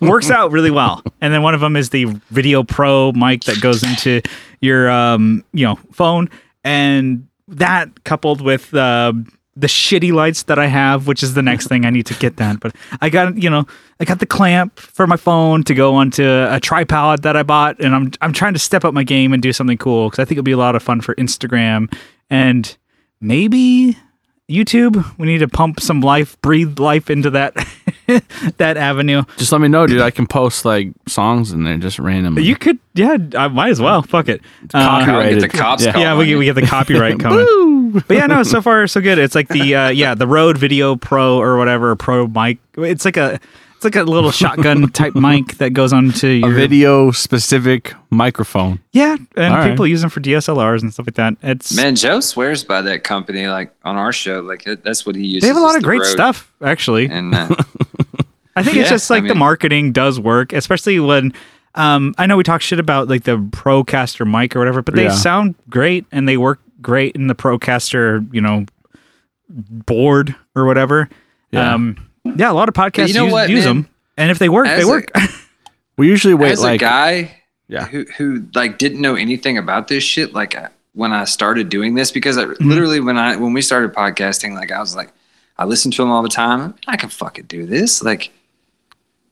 A: Works out really well. And then one of them is the Video Pro mic that goes into your um you know phone. And that coupled with uh, the shitty lights that I have, which is the next thing I need to get done. But I got you know I got the clamp for my phone to go onto a tripod that I bought, and I'm I'm trying to step up my game and do something cool because I think it'll be a lot of fun for Instagram and maybe YouTube. We need to pump some life, breathe life into that that avenue.
B: Just let me know, dude. I can post like songs in there just randomly.
A: You could, yeah, I might as well. Fuck it. Uh,
C: I'll get the
B: Copyrighted.
C: cops.
B: Yeah.
C: call
A: yeah,
C: on
A: we get,
C: you.
A: we get the copyright coming. But yeah, no, so far so good. It's like the uh, yeah, the Rode Video Pro or whatever Pro mic. It's like a it's like a little shotgun type mic that goes onto your
B: a video specific microphone.
A: Yeah, and
B: All right.
A: people use them for DSLRs and stuff like that. It's
C: Man, Joe swears by that company. Like on our show, like that- that's what he uses.
A: they have a
C: is
A: lot of
C: the
A: great
C: road.
A: stuff actually.
C: And uh,
A: I think it's
C: Yeah,
A: just like
C: I
A: the
C: mean-
A: marketing does work, especially when um, I know we talk shit about like the Procaster mic or whatever, but they
B: Yeah.
A: sound great and they work great in the Procaster, you know, board or whatever.
B: Yeah.
A: Um, yeah, a lot of podcasts
C: you know
A: use,
C: what, man?
A: them, and if they work,
C: As
A: they
C: a-
A: work.
B: We usually wait
C: as
B: like
C: a guy
B: Yeah.
C: who who like didn't know anything about this shit, like I, when I started doing this, because I
A: Mm-hmm.
C: literally when I when we started podcasting, like I was like, I listened to him all the time. I can fucking do this, like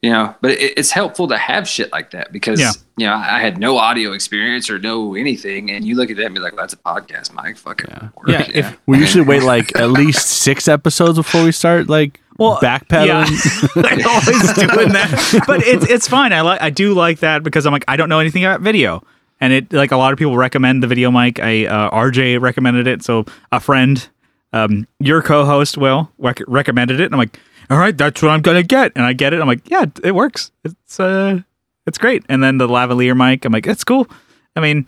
C: you know. But it, it's helpful to have shit like that because
A: Yeah.
C: you know I had no audio experience or no anything, and you look at that and be like, well, that's a podcast, Mike. Fucking work.
A: Yeah, if-
B: we usually wait like at least six episodes before we start like
A: Well,
B: backpedaling.
A: Yeah. I'm always doing that, but it's it's fine. I like I do like that because I'm like I don't know anything about video, and it like a lot of people recommend the video mic. I uh, RJ recommended it, so a friend, um, your co-host Will rec- recommended it, and I'm like, all right, that's what I'm gonna get, and I get it. I'm like, yeah, it works. It's uh, it's great. And then the lavalier mic, I'm like, that's cool. I mean,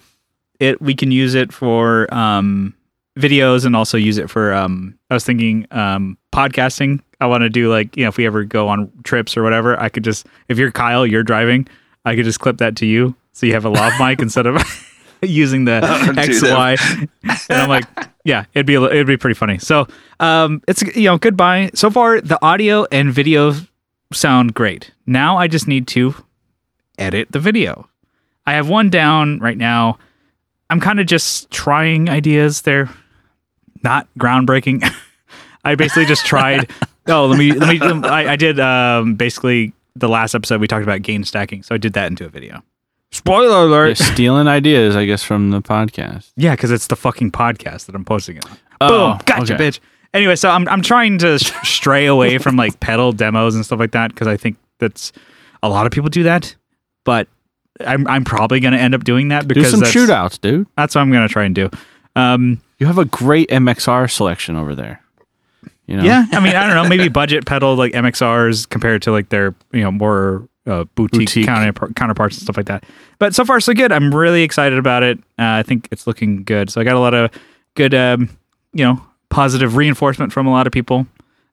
A: it we can use it for um videos and also use it for um I was thinking um podcasting. I want to do like, you know, if we ever go on trips or whatever, I could just if you're Kyle, you're driving, I could just clip that to you so you have a lav mic instead of using the
C: Dude,
A: XY. and I'm like, yeah, it'd be a li- it'd be pretty funny. So, um it's you know, goodbye. So far the audio and video sound great. Now I just need to edit the video. I have one down right now. I'm kind of just trying ideas. They're not groundbreaking. I basically just tried. oh, let me let me. I, I did um, basically the last episode we talked about gain stacking, so I did that into a video. Spoiler
B: They're
A: alert!
B: stealing ideas, I guess, from the podcast.
A: Yeah, because it's the fucking podcast that I'm posting it. on.
B: Oh,
A: Boom, gotcha,
B: okay.
A: bitch. Anyway, so I'm I'm trying to sh- stray away from like pedal demos and stuff like that because I think that's a lot of people do that, but I'm I'm probably gonna end up doing that
B: Do
A: because
B: some
A: that's,
B: shootouts, dude.
A: that's what I'm gonna try and do. Um,
B: You have a great MXR selection over there. You know?
A: yeah, I mean, I don't know, maybe budget pedal like MXRs compared to like their you know more uh, boutique,
B: Boutique.
A: Counter, counterparts and stuff like that. But so far so good. I'm really excited about it. Uh, I think it's looking good. So I got a lot of good, um, you know, positive reinforcement from a lot of people.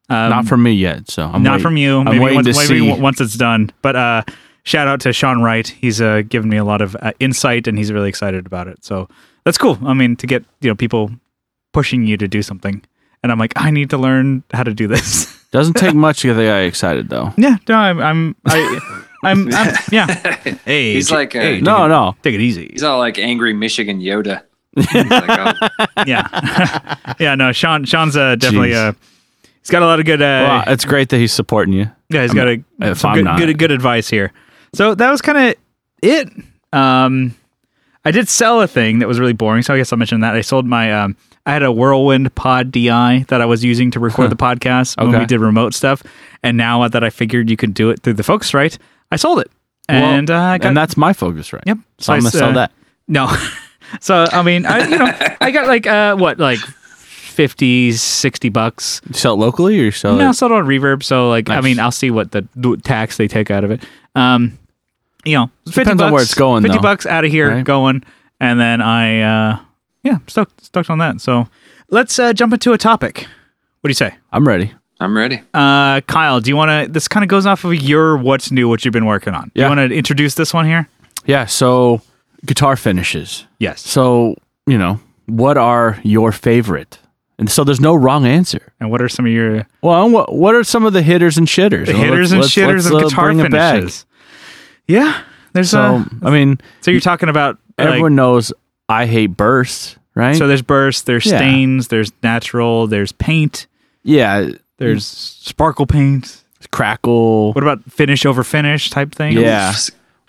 A: Um,
B: Not from me yet, so I'm
A: not
B: waiting.
A: from you.
B: I'm
A: Maybe,
B: waiting
A: once,
B: to
A: maybe
B: see.
A: w- once it's done. But uh, shout out to Sean Wright. He's uh, given me a lot of uh, insight, and he's really excited about it. So that's cool. I mean, to get you know people pushing you to do something, and I'm like, I need to learn how to do this.
B: Doesn't take much to get the guy excited, though.
A: yeah, no, I'm, I'm, I, I'm, I'm yeah. Hey,
C: He's
A: t-
C: like, uh,
A: hey,
B: No,
A: take
B: no.
A: it, take it easy.
C: he's all like angry Michigan Yoda. He's like, oh,
A: yeah, yeah. No, Sean, Sean's uh, definitely
B: Jeez.
A: uh, he's got a lot of good. Uh,
B: Well, it's great that he's supporting you.
A: Yeah, he's got a
B: if
A: some
B: I'm
A: good,
B: not-
A: good good advice here. So that was kind of it. Um, I did sell a thing that was really boring, so I guess I'll mention that. I sold my um, I had a Whirlwind Pod DI that I was using to record the podcast when
B: Okay.
A: we did remote stuff, and now that I figured you could do it through the Focusrite, I sold it, and uh, I got
B: and that's my focus, right?
A: Yep.
B: So I'm
A: I
B: gonna
A: s-
B: sell
A: uh,
B: that.
A: No. so I mean, I you know, I got like uh what like 50, 60 bucks.
B: You sell it locally or you sell
A: No,
B: it?
A: sold on Reverb. So like, I
B: Nice.
A: mean, I'll see what the the tax they take out of it. Um, you know, fifty
B: Depends
A: bucks,
B: on where it's going,
A: Fifty
B: though.
A: bucks out of here,
B: Right.
A: going, and then I, uh, yeah, stoked stoked on that. So let's uh, jump into a topic. What do you say,
B: I'm ready.
C: I'm ready.
A: uh, Kyle? Do you want to? This kind of goes off of your what's new, what you've been working on.
B: Yeah.
A: You want to introduce this one here?
B: Yeah. So guitar finishes.
A: Yes.
B: So you know what are your favorite? And so there's no wrong answer.
A: And what are some of your
B: Well, what what are some of the hitters and shitters?
A: the hitters and shitters of guitar
B: uh, bring it back.
A: finishes? Yeah, there's
B: So
A: a.
B: I mean,
A: So you're talking about like,
B: everyone knows I hate bursts, right?
A: So there's bursts, there's
B: Yeah.
A: stains, there's natural, there's paint,
B: yeah,
A: there's sparkle paint.
B: crackle
A: What about finish over finish type thing?
B: Yeah.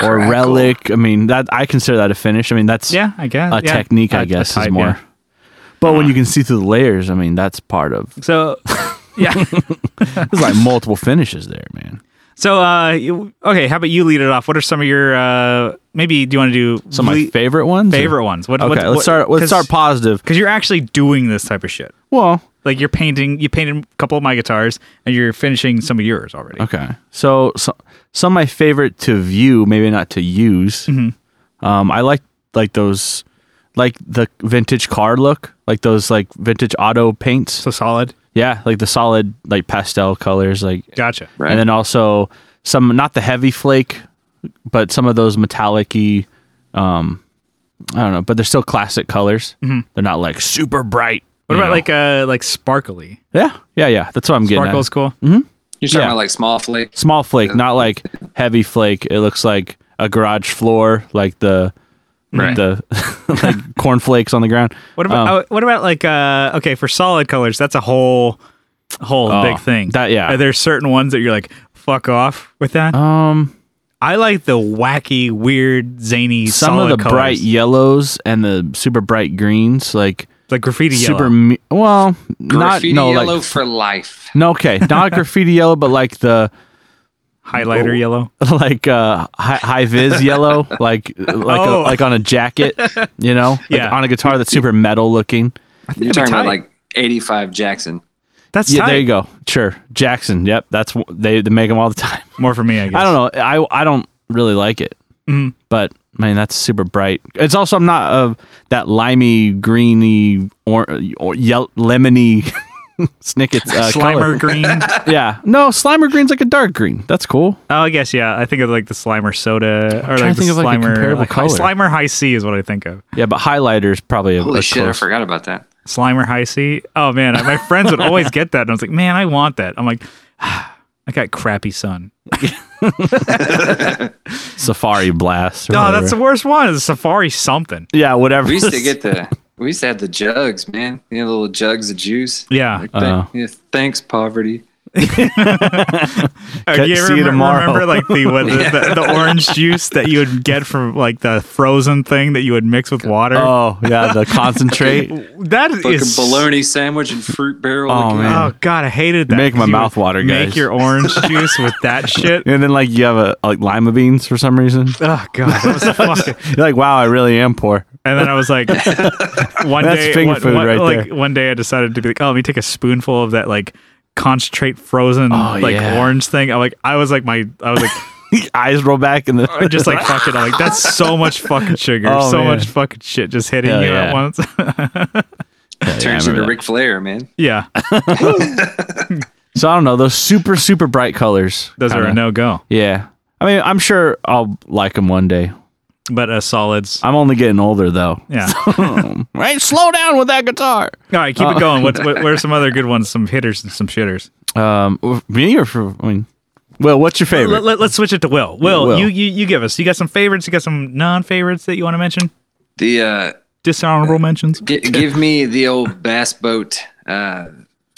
B: or
C: Crackle.
B: relic. I mean, that I consider that a finish. I mean, that's
A: Yeah, I guess.
B: a
A: yeah.
B: technique, I
A: A- a
B: guess,
A: type,
B: is more.
A: yeah. Uh-huh.
B: But when you can see through the layers, I mean, that's part of.
A: So, yeah.
B: There's like multiple finishes there, man.
A: So, uh, you- okay, how about you lead it off? What are some of your, uh, maybe do you want to do
B: Some of my
A: le-
B: favorite ones. or-
A: favorite ones? What,
B: Okay,
A: what,
B: let's start. Let's start positive.
A: Because you're actually doing this type of shit.
B: Well,
A: Like you're painting, you painted a couple of my guitars and you're finishing some of yours already.
B: okay. So, so some of my favorite to view, maybe not to use.
A: Mm-hmm.
B: Um, I like like those, like the vintage car look, like those like vintage auto paints.
A: So solid.
B: Yeah, like the solid like pastel colors, like
A: Gotcha.
C: Right.
B: and then also some not the heavy flake, but some of those metallic-y, um I don't know, but they're still classic colors. Mm-hmm. They're not like super bright.
A: What
B: you
A: about
B: know?
A: like, uh, like sparkly?
B: Yeah, yeah, yeah. That's what I'm getting. at.
A: Sparkle's cool.
B: Mm-hmm.
C: You're talking
B: Yeah.
C: about like small flakes.
B: Small flake, not like heavy flake. It looks like a garage floor, like the
C: Right.
B: the like cornflakes on the ground. Um,
A: What about
B: Oh.
A: uh, what about like uh okay for solid colors? That's a whole whole big thing.
B: Oh, that- yeah.
A: Are there certain ones that you're like fuck off with that?
B: Um
A: I like the wacky, weird, zany.
B: some of
A: solid
B: the
A: colors.
B: bright yellows and the super bright greens, like
A: like graffiti
B: super
A: yellow.
B: me- well, not
C: Graffiti
B: no
C: yellow
B: like
C: for life.
B: No, okay, not graffiti yellow, but like the oh,
A: highlighter yellow.
B: like uh high, high vis yellow, like like
A: Oh.
B: a, like on a jacket, you know, Like
A: Yeah.
B: on a guitar that's super metal looking.
C: You're talking about
A: tight.
C: like 85 Jackson.
A: That's
B: yeah,
A: tight.
B: there you go. Sure, Jackson. Yep, that's wh- they they make them all the time.
A: More for me, I guess.
B: I don't know. I I don't really like it,
A: Mm-hmm.
B: but man, that's super bright. It's also I'm not of that limey, greeny, or, or yell, lemony. Snickets, uh,
A: Slimer
B: color.
A: green. oh,
B: yeah. No, Slimer green's like a dark green. That's cool.
A: I guess yeah. I think of like the Slimer soda or
B: to
A: like the
B: think of, like, a
A: Slimer
B: comparable
A: like, high-
B: color.
A: Slimer High C is what I think of.
B: Yeah, but highlighter is probably a,
C: Holy
B: a
C: shit,
B: close-
C: I forgot about that.
A: Slimer High C. Oh man, my friends would always get that, and I was like, man, I want that. I'm like, "Ah, I got crappy sun.
B: Safari Blast. or
A: No,
B: whatever.
A: Oh, that's the worst one. Is Safari something?
B: yeah, whatever.
C: We used to get the we used to have the jugs, man. You know, the little jugs of juice.
A: Yeah.
C: Like,
B: Uh-oh.
C: thank- yeah, thanks, poverty.
A: Uh,
B: Get-
A: do you
B: see you
A: remember,
B: tomorrow.
A: remember like the, what, the, the the orange juice that you would get from like the frozen thing that you would mix with water?
B: oh yeah, the concentrate.
A: that
C: Fucking
A: is
C: bologna sandwich and fruit barrel. uh,
B: Oh,
C: again.
B: man.
A: Oh god, I hated that.
B: Make my
A: 'cause you
B: mouth
A: would
B: water,
A: Make
B: guys.
A: your orange juice with that shit.
B: and then like you have a like lima beans for some reason.
A: Oh god, that was fucking.
B: You're like, wow, I really am poor.
A: And then I was like, one
B: That's
A: day,
B: finger
A: one,
B: food
A: one-
B: right
A: like
B: there.
A: one day, I decided to be like, oh, let me take a spoonful of that like concentrate frozen like
B: Oh, yeah.
A: orange thing. I like, I was like my, I was like,
B: Eyes roll back and
A: I
B: the
A: just like fucking, I'm like that's so much fucking sugar,
B: Oh,
A: so
B: man.
A: much fucking shit just hitting
B: Hell
A: you
B: yeah.
A: at once.
C: Turns
B: I remember
C: into
B: that.
C: Ric Flair, man.
A: yeah,
B: so I don't know those super super bright colors.
A: those are
B: kinda.
A: a no go.
B: Yeah, I mean, I'm sure I'll like them one day.
A: But uh, solids,
B: I'm only getting older though.
A: yeah.
B: Right, slow down with that guitar.
A: All right, keep it going. What, what, what are some other good ones? Some hitters and some shitters.
B: Um, me or for I mean, well, what's your favorite?
A: Let, let, let's switch it to Will. Will,
B: Will.
A: You, you you give us. You got some favorites. You got some non favorites that you want to mention.
C: The uh,
A: Dishonorable mentions.
C: G- give me the old bass boat uh,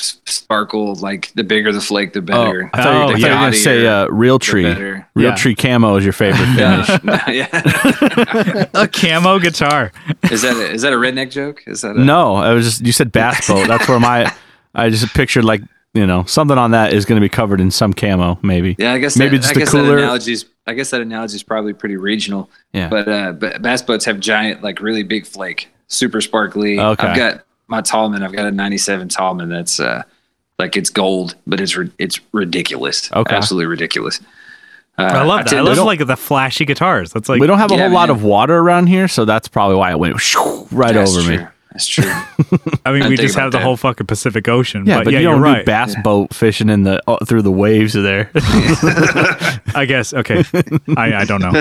C: s- sparkle. Like the bigger the flake, the
B: Oh,
C: better.
B: I thought you-
A: Oh,
B: I thought you were
A: yeah.
B: gonna say uh, real tree.
C: better.
B: Real
A: Yeah.
B: tree camo is your favorite finish.
C: yeah.
A: A camo guitar.
B: Uh,
C: Is that a, is that a redneck joke? Is that a,
B: No, I was just you said bath boat. That's where my I just pictured like you know something on that is going to be covered in some camo maybe.
C: Yeah, I guess
B: maybe
C: that,
B: just
C: I
B: the
C: guess
B: cooler.
C: That analogy's, I guess that analogy is probably pretty regional.
B: Yeah.
C: But uh, but bass boats have giant, like really big flake, super sparkly.
B: Okay.
C: I've got my Tallman. I've got a '97 Tallman that's uh, like it's gold, but it's ri- it's ridiculous.
B: Okay.
C: absolutely ridiculous. Uh,
A: I love that. I
C: tend to-
A: love like the flashy guitars. That's like
B: we don't have a
C: yeah,
B: whole lot
C: man.
B: of water around here, so that's probably why it went right
C: That's
B: over me.
C: true. That's true.
A: I mean,
C: I
A: we
C: think
A: just have
C: about
A: the
C: that.
A: whole fucking Pacific Ocean.
B: Yeah, but,
A: but, yeah,
B: you don't
A: are
B: do
A: right.
B: bass boat fishing in the uh, through the waves of there.
A: I guess. Okay. I, I don't know.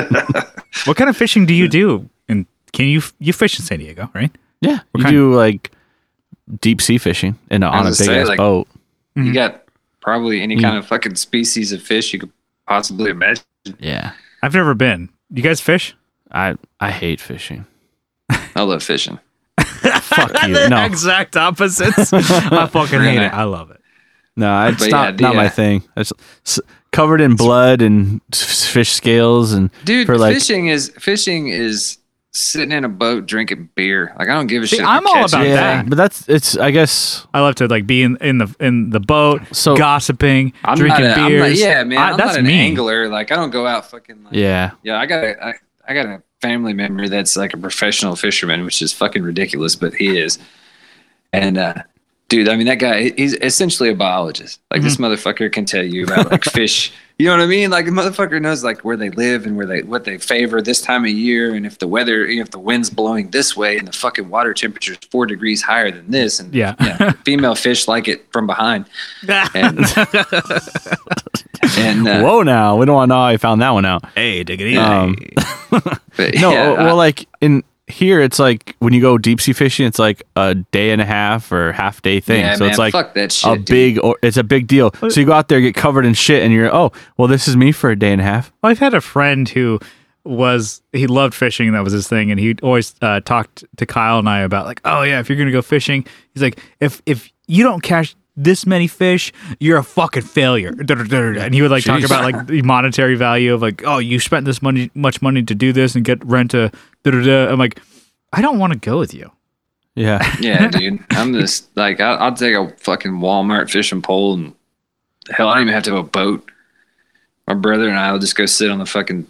A: what kind of fishing do you do? And can you you fish in San Diego, right?
B: yeah, you
A: kind-
B: do like deep sea fishing in a, on a
C: was
B: big
C: gonna say,
B: ass
C: like-
B: boat.
C: you got probably any kind of fucking species of fish you could possibly imagine.
B: Yeah,
A: I've never been. You guys fish?
B: I I hate fishing.
C: I love fishing.
B: Fuck you. No,
A: exact opposites. I fucking hate it. I love it.
B: no, it's
C: But yeah,
B: not
C: the,
B: not my
C: uh,
B: thing. It's s- covered in blood and s- fish scales and
C: Dude,
B: for like
C: fishing is fishing is sitting in a boat drinking beer. Like I don't give a shit. if
A: I'm
C: you
A: all
C: catch
A: about
C: it.
B: yeah,
A: that.
B: but that's it's I guess
A: I love to like be in, in the in the boat,
B: So-
A: gossiping,
C: I'm
A: drinking
C: not a- I'm not-
A: beers.
C: yeah, man.
A: I-
C: I'm
A: that's
C: not an
A: me.
C: angler. Like I don't go out fucking. Like, yeah.
B: yeah.
C: I got a, I, I got a family member that's like a professional fisherman, which is fucking ridiculous, but he is. And uh, dude, I mean that guy. he- He's essentially a biologist. Like
B: Mm-hmm.
C: this motherfucker can tell you about like fish. You know what I mean? Like the motherfucker knows like where they live and where they what they favor this time of year, and if the weather, if the wind's blowing this way, and the fucking water temperature is four degrees higher than this, and
A: Yeah.
C: female fish like it from behind. And, and uh,
B: Whoa, now we don't want to know how I found that one out.
A: hey, diggity.
B: Um,
C: but
B: No,
C: yeah,
B: well, like in here, it's like when you go deep sea fishing, it's like a day and a half or half day thing.
C: Yeah,
B: so it's
C: man,
B: like
C: fuck that shit,
B: a
C: dude.
B: big, or, it's a big deal. So you go out there, get covered in shit, and you're oh, well, this is me for a day and a half.
A: Well, I've had a friend who was he loved fishing that was his thing and he always uh, talked to Kyle and I about like oh yeah if you're gonna go fishing he's like if if you don't catch this many fish you're a fucking failure and he would like talk
B: Jeez.
A: about like the monetary value of like oh you spent this money much money to do this and get rent a I'm like I don't want to go with you
B: Yeah,
C: Yeah, dude. I'm just like I, I'll take a fucking Walmart fishing pole and hell, I don't even have to have a boat. My brother and I will just go sit on the fucking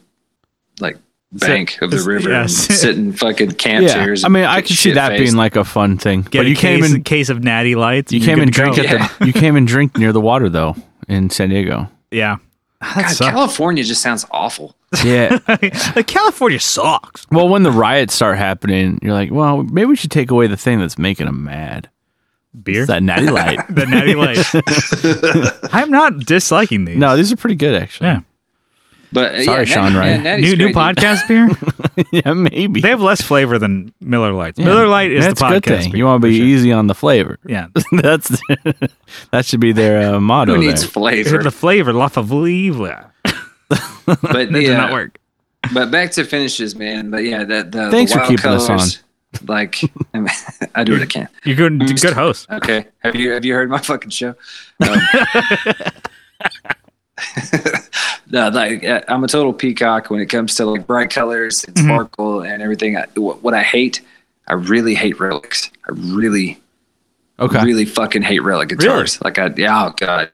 C: like bank of the
A: s-
C: river
A: yeah,
C: and
A: sit-
C: sit in fucking camp
B: yeah.
C: chairs.
B: I mean,
C: and
B: I
C: get
B: could see that
C: shit-faced.
B: being like a fun thing,
A: get
B: but
A: a
B: you
A: case,
B: came and
A: case of natty lights
B: you
A: and you're
B: came and
A: good to
B: drink
A: go.
B: at the you came and drink near the water though in San Diego.
A: yeah
C: God, California just sounds awful.
B: Yeah.
A: like California sucks
B: well, when the riots start happening, you're like, well, maybe we should take away the thing that's making them mad.
A: beer
B: It's that natty light.
A: the natty lights I'm not disliking these
B: no, these are pretty good actually.
A: Yeah.
C: But uh,
B: Sorry,
C: yeah,
B: Sean
C: Natty,
B: Ryan.
C: yeah, Natty's
A: New new
C: great, dude.
A: podcast beer.
B: yeah, maybe.
A: They have less flavor than Miller Lite. Miller Lite is
B: That's
A: the
B: a
A: podcast.
B: good thing.
A: beer,
B: You want to
A: for
B: be
A: sure.
B: easy on the flavor.
A: Yeah.
B: That's that should be their uh, motto.
C: Who
B: there.
C: needs flavor?
A: the flavor, la favla.
C: but
A: Did
C: yeah,
A: not work.
C: But back to finishes, man. But yeah, that the
B: Thanks
C: the
B: for
C: wild
B: keeping us
C: colors, Like I, mean, I do what I can.
A: You're good.
B: Mm.
A: Good host.
C: Okay, have you have you heard my fucking show? Um, no, like uh, I'm a total peacock when it comes to like bright colors and
B: Mm-hmm.
C: sparkle and everything. I, what, what I hate, I really hate relics. I really,
B: okay.
C: really fucking hate relic guitars. Like I, yeah, oh god.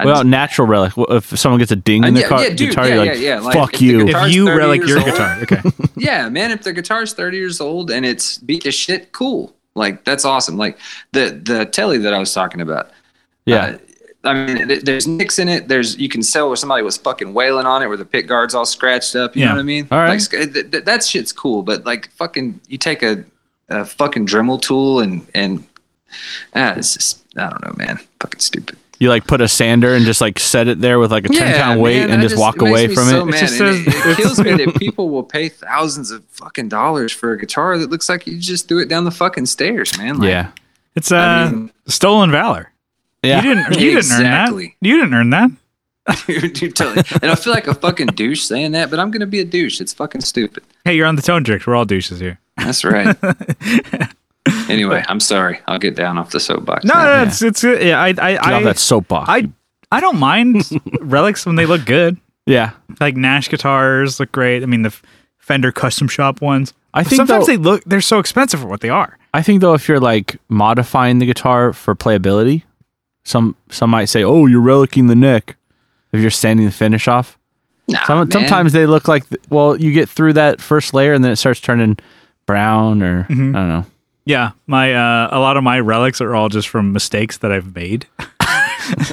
C: I
B: Well,
C: just-
B: natural relic. Well, If someone gets a ding
C: Uh,
B: in the
C: yeah,
B: car,
C: yeah, dude,
B: guitar,
C: yeah,
B: you're like,
C: yeah, yeah, like,
B: "Fuck
C: if the
B: you."
C: guitar-
A: If
C: Guitar's
A: you
C: 30
A: relic
C: years
A: your
C: old.
A: guitar, okay.
C: yeah, man, if the guitar's 30 years old and it's beat to shit, cool. Like that's awesome. Like the the telly that I was talking about. uh,
B: yeah,
C: I mean, th- there's nicks in it. There's you can sell where somebody was fucking wailing on it, where the pit guards all scratched up. You
A: Yeah.
C: know what I mean?
B: All right.
C: Like, sc- th- th- that shit's cool, but like fucking, you take a, a fucking Dremel tool and and ah, it's just I don't know, man, fucking stupid.
B: you like put a sander and just like set it there with like a ten pound weight
C: man,
B: and
C: I
B: just, walk
C: it makes
B: away
C: me
B: from
C: so
B: it.
C: mad,
A: just
C: and
A: says-
C: it, it kills me that people will pay thousands of fucking dollars for a guitar that looks like you just threw it down the fucking stairs, man. Like,
B: Yeah,
A: It's uh,
C: I mean-
A: stolen valor.
B: yeah.
A: You didn't. You
C: Exactly.
A: didn't earn that. You didn't earn that.
C: dude, you tell- and I feel like a fucking douche saying that, but I'm gonna be a douche. It's fucking stupid.
A: Hey, you're on the tone jerks. We're all douches here.
C: That's right. anyway, I'm sorry. I'll get down off the soapbox.
A: No,
C: now.
A: no, it's it's. Yeah, I
B: Get
A: I
B: off
A: I,
B: that soapbox.
A: I I don't mind relics when they look good.
B: yeah,
A: like Nash guitars look great. I mean the Fender custom shop ones.
B: I
A: But
B: think
A: sometimes
B: though-
A: they look they're so expensive for what they are.
B: I think though, if you're like modifying the guitar for playability, some some might say, "Oh, you're relicking the neck." If you're standing the finish off,
C: Nah,
B: Some,
C: man.
B: sometimes they look
A: Mm-hmm.
B: like well, you get through that first layer and then it starts turning brown or I don't know.
A: Yeah, my uh, a lot of my relics are all just from mistakes that I've made. like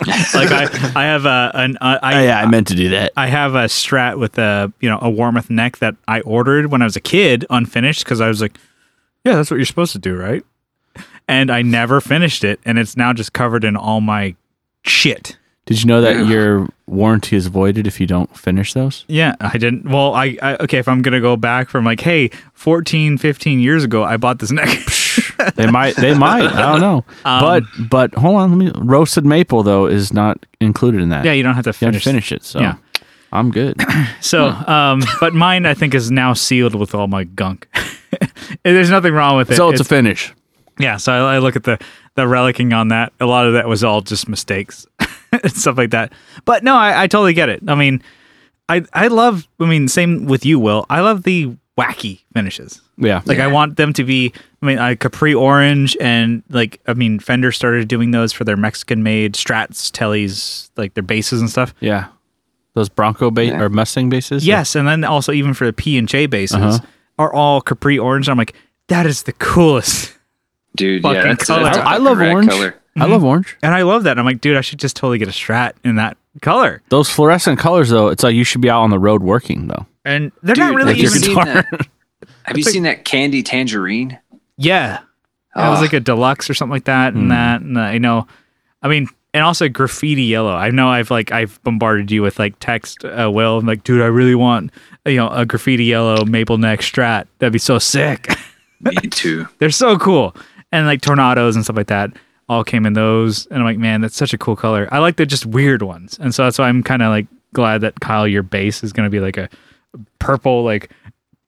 A: I, I have a an uh, I,
B: Oh, yeah, I meant to do that.
A: I have a strat with a you know a Warmoth neck that I ordered when I was a kid, unfinished, because I was like, yeah, that's what you're supposed to do, right? And I never finished it, and it's now just covered in all my shit.
B: Did you know that
C: Yeah.
B: your warranty is voided if you don't finish those?
A: Yeah, I didn't. Well, I, I okay, if I'm going to go back from like, hey, 14, 15 years ago, I bought this neck.
B: They might. They might. I don't know. but but hold on. Let me. Roasted maple though is not included in that.
A: yeah, you don't have to
B: you have
A: finish.
B: to finish Hmm. it. So
A: Yeah.
B: I'm good.
A: So, um, but mine, I think, is now sealed with all my gunk. There's nothing wrong with it.
B: so it's, a finish.
A: yeah. So I, I look at the the relicking on that. A lot of that was all just mistakes and stuff like that. But no, I, I totally get it. I mean, I I love. I mean, same with you, Will. I love the wacky finishes.
B: Yeah.
A: Like I want them to be. I mean, I Capri Orange and like I mean Fender started doing those for their Mexican made Strats, Tellys, like their bases and stuff.
B: yeah. Those Bronco base or Mustang bases.
A: Yes, and then also even for the P and J bases are all Capri Orange. I'm like, that is the coolest,
C: dude.
A: Fucking
C: Yeah, that's, that's
A: color.
B: I,
C: a
B: I
C: fucking
B: love
C: rad
B: orange.
C: color.
B: I
A: Mm-hmm.
B: love orange.
A: and I love that. I'm like, dude, I should just totally get a Strat in that color.
B: Those fluorescent colors though, it's like you should be out on the road working though.
A: And they're
C: Dude,
A: not really
C: have you
A: even
C: seen
A: dark.
C: that? Have you seen that candy tangerine?
A: Yeah, that was
C: Ah.
A: like a deluxe or something like that, and that, and I know, I mean, and also graffiti yellow. I know I've like I've bombarded you with like text, uh, Will, I'm like, dude, I really want you know a graffiti yellow maple neck Strat. That'd be so sick.
C: Me too.
A: They're so cool. And like tornadoes and stuff like that all came in those. And I'm like, man, that's such a cool color. I like the just weird ones. And so that's why I'm kind of like glad that Kyle, your base is going to be like a purple, like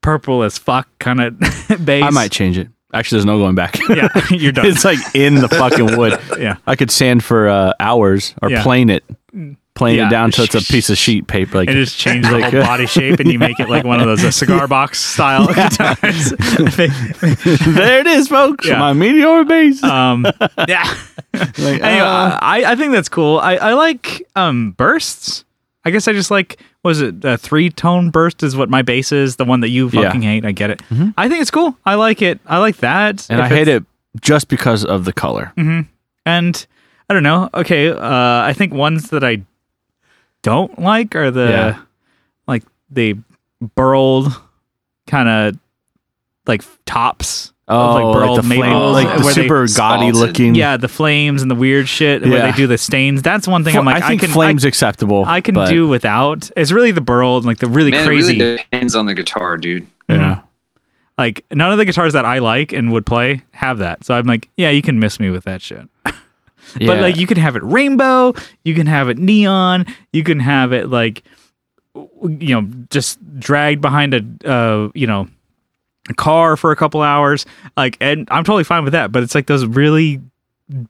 A: purple as fuck kind of base.
B: I might change it. Actually, there's no going back.
A: Yeah, you're done.
B: it's like in the fucking wood.
A: Yeah.
B: I could sand for uh, hours or
A: Yeah.
B: plane it, plane
A: Yeah.
B: it down till it's a piece of sheet paper. Like
A: and just change the
B: Like,
A: whole
B: uh,
A: body shape and you make it like one of those uh, cigar box style guitars.
B: there it is, folks.
A: Yeah.
B: My meteor base.
A: um, yeah.
B: Like,
A: anyway,
B: uh,
A: I, I think that's cool. I, I like um bursts. I guess I just like was it a three tone burst is what my bass is, the one that you
B: Yeah. Mm-hmm.
A: fucking hate. I get it. I think it's cool. I like it. I like that.
B: and
A: If
B: I hate
A: it's- Mm-hmm.
B: it just because of the color.
A: And I don't know. Okay, uh, I think ones that I don't like are the
B: Yeah.
A: like the burled kind of like tops. of,
B: Oh,
A: burled
B: like the flame,
A: maples,
B: like the
A: where they-
B: super gaudy
C: Salted.
B: looking.
A: yeah, the flames and the weird shit where
B: Yeah.
A: they do the stains. That's one thing
B: Fl-
A: I'm like
B: I think
A: can I
B: flames acceptable.
A: I can
B: but-
A: do without. It's really the burled, like the really
C: Man,
A: crazy.
C: it really depends on the guitar, dude.
B: Yeah.
A: Like none of the guitars that I like and would play have that. So I'm like, yeah, you can miss me with that shit. But like, you can have it rainbow, you can have it neon, you can have it like, w- you know, just dragged behind a, uh, you know, a car for a couple hours. Like, and I'm totally fine with that. But it's like those really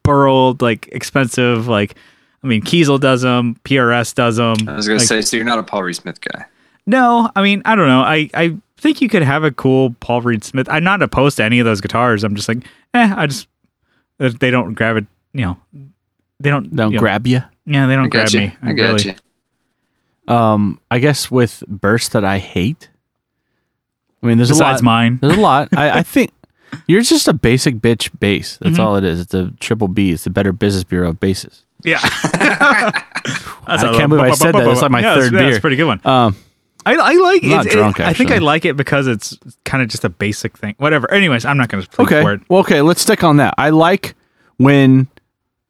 A: burled, like expensive, like. I mean, Kiesel does them, PRS does them.
C: I was gonna say, so you're not a Paul Reed Smith guy.
A: No, I mean, I don't know. I, I think you could have a cool Paul Reed Smith. I'm not opposed to any of those guitars. I'm just like, eh, I just if they don't grab it. You know, they don't.
B: don't
A: you know,
B: grab you.
A: Yeah, they don't
C: I
A: grab
C: got you.
A: me.
C: I got
A: really-
C: you.
B: Um, I guess with bursts that I hate. I mean, there's
A: Besides
B: a lot.
A: mine,
B: There's a lot. I, I think you're just a basic bitch bass.
A: Mm-hmm.
B: That's all it is. It's a triple B. It's the Better Business Bureau of basses.
A: yeah. That's
B: I
A: a-
B: can't believe I said that. That's like my
A: Yeah, that's-
B: third
A: yeah, That's
B: beer.
A: a pretty good one.
B: Um,
A: I, I like.
B: I'm not
A: it,
B: drunk,
A: I think I
B: actually.
A: like it because it's kind of just a basic thing. Whatever. Anyways, I'm not going to.
B: okay.
A: For it.
B: Well, okay. Let's stick on that. I like when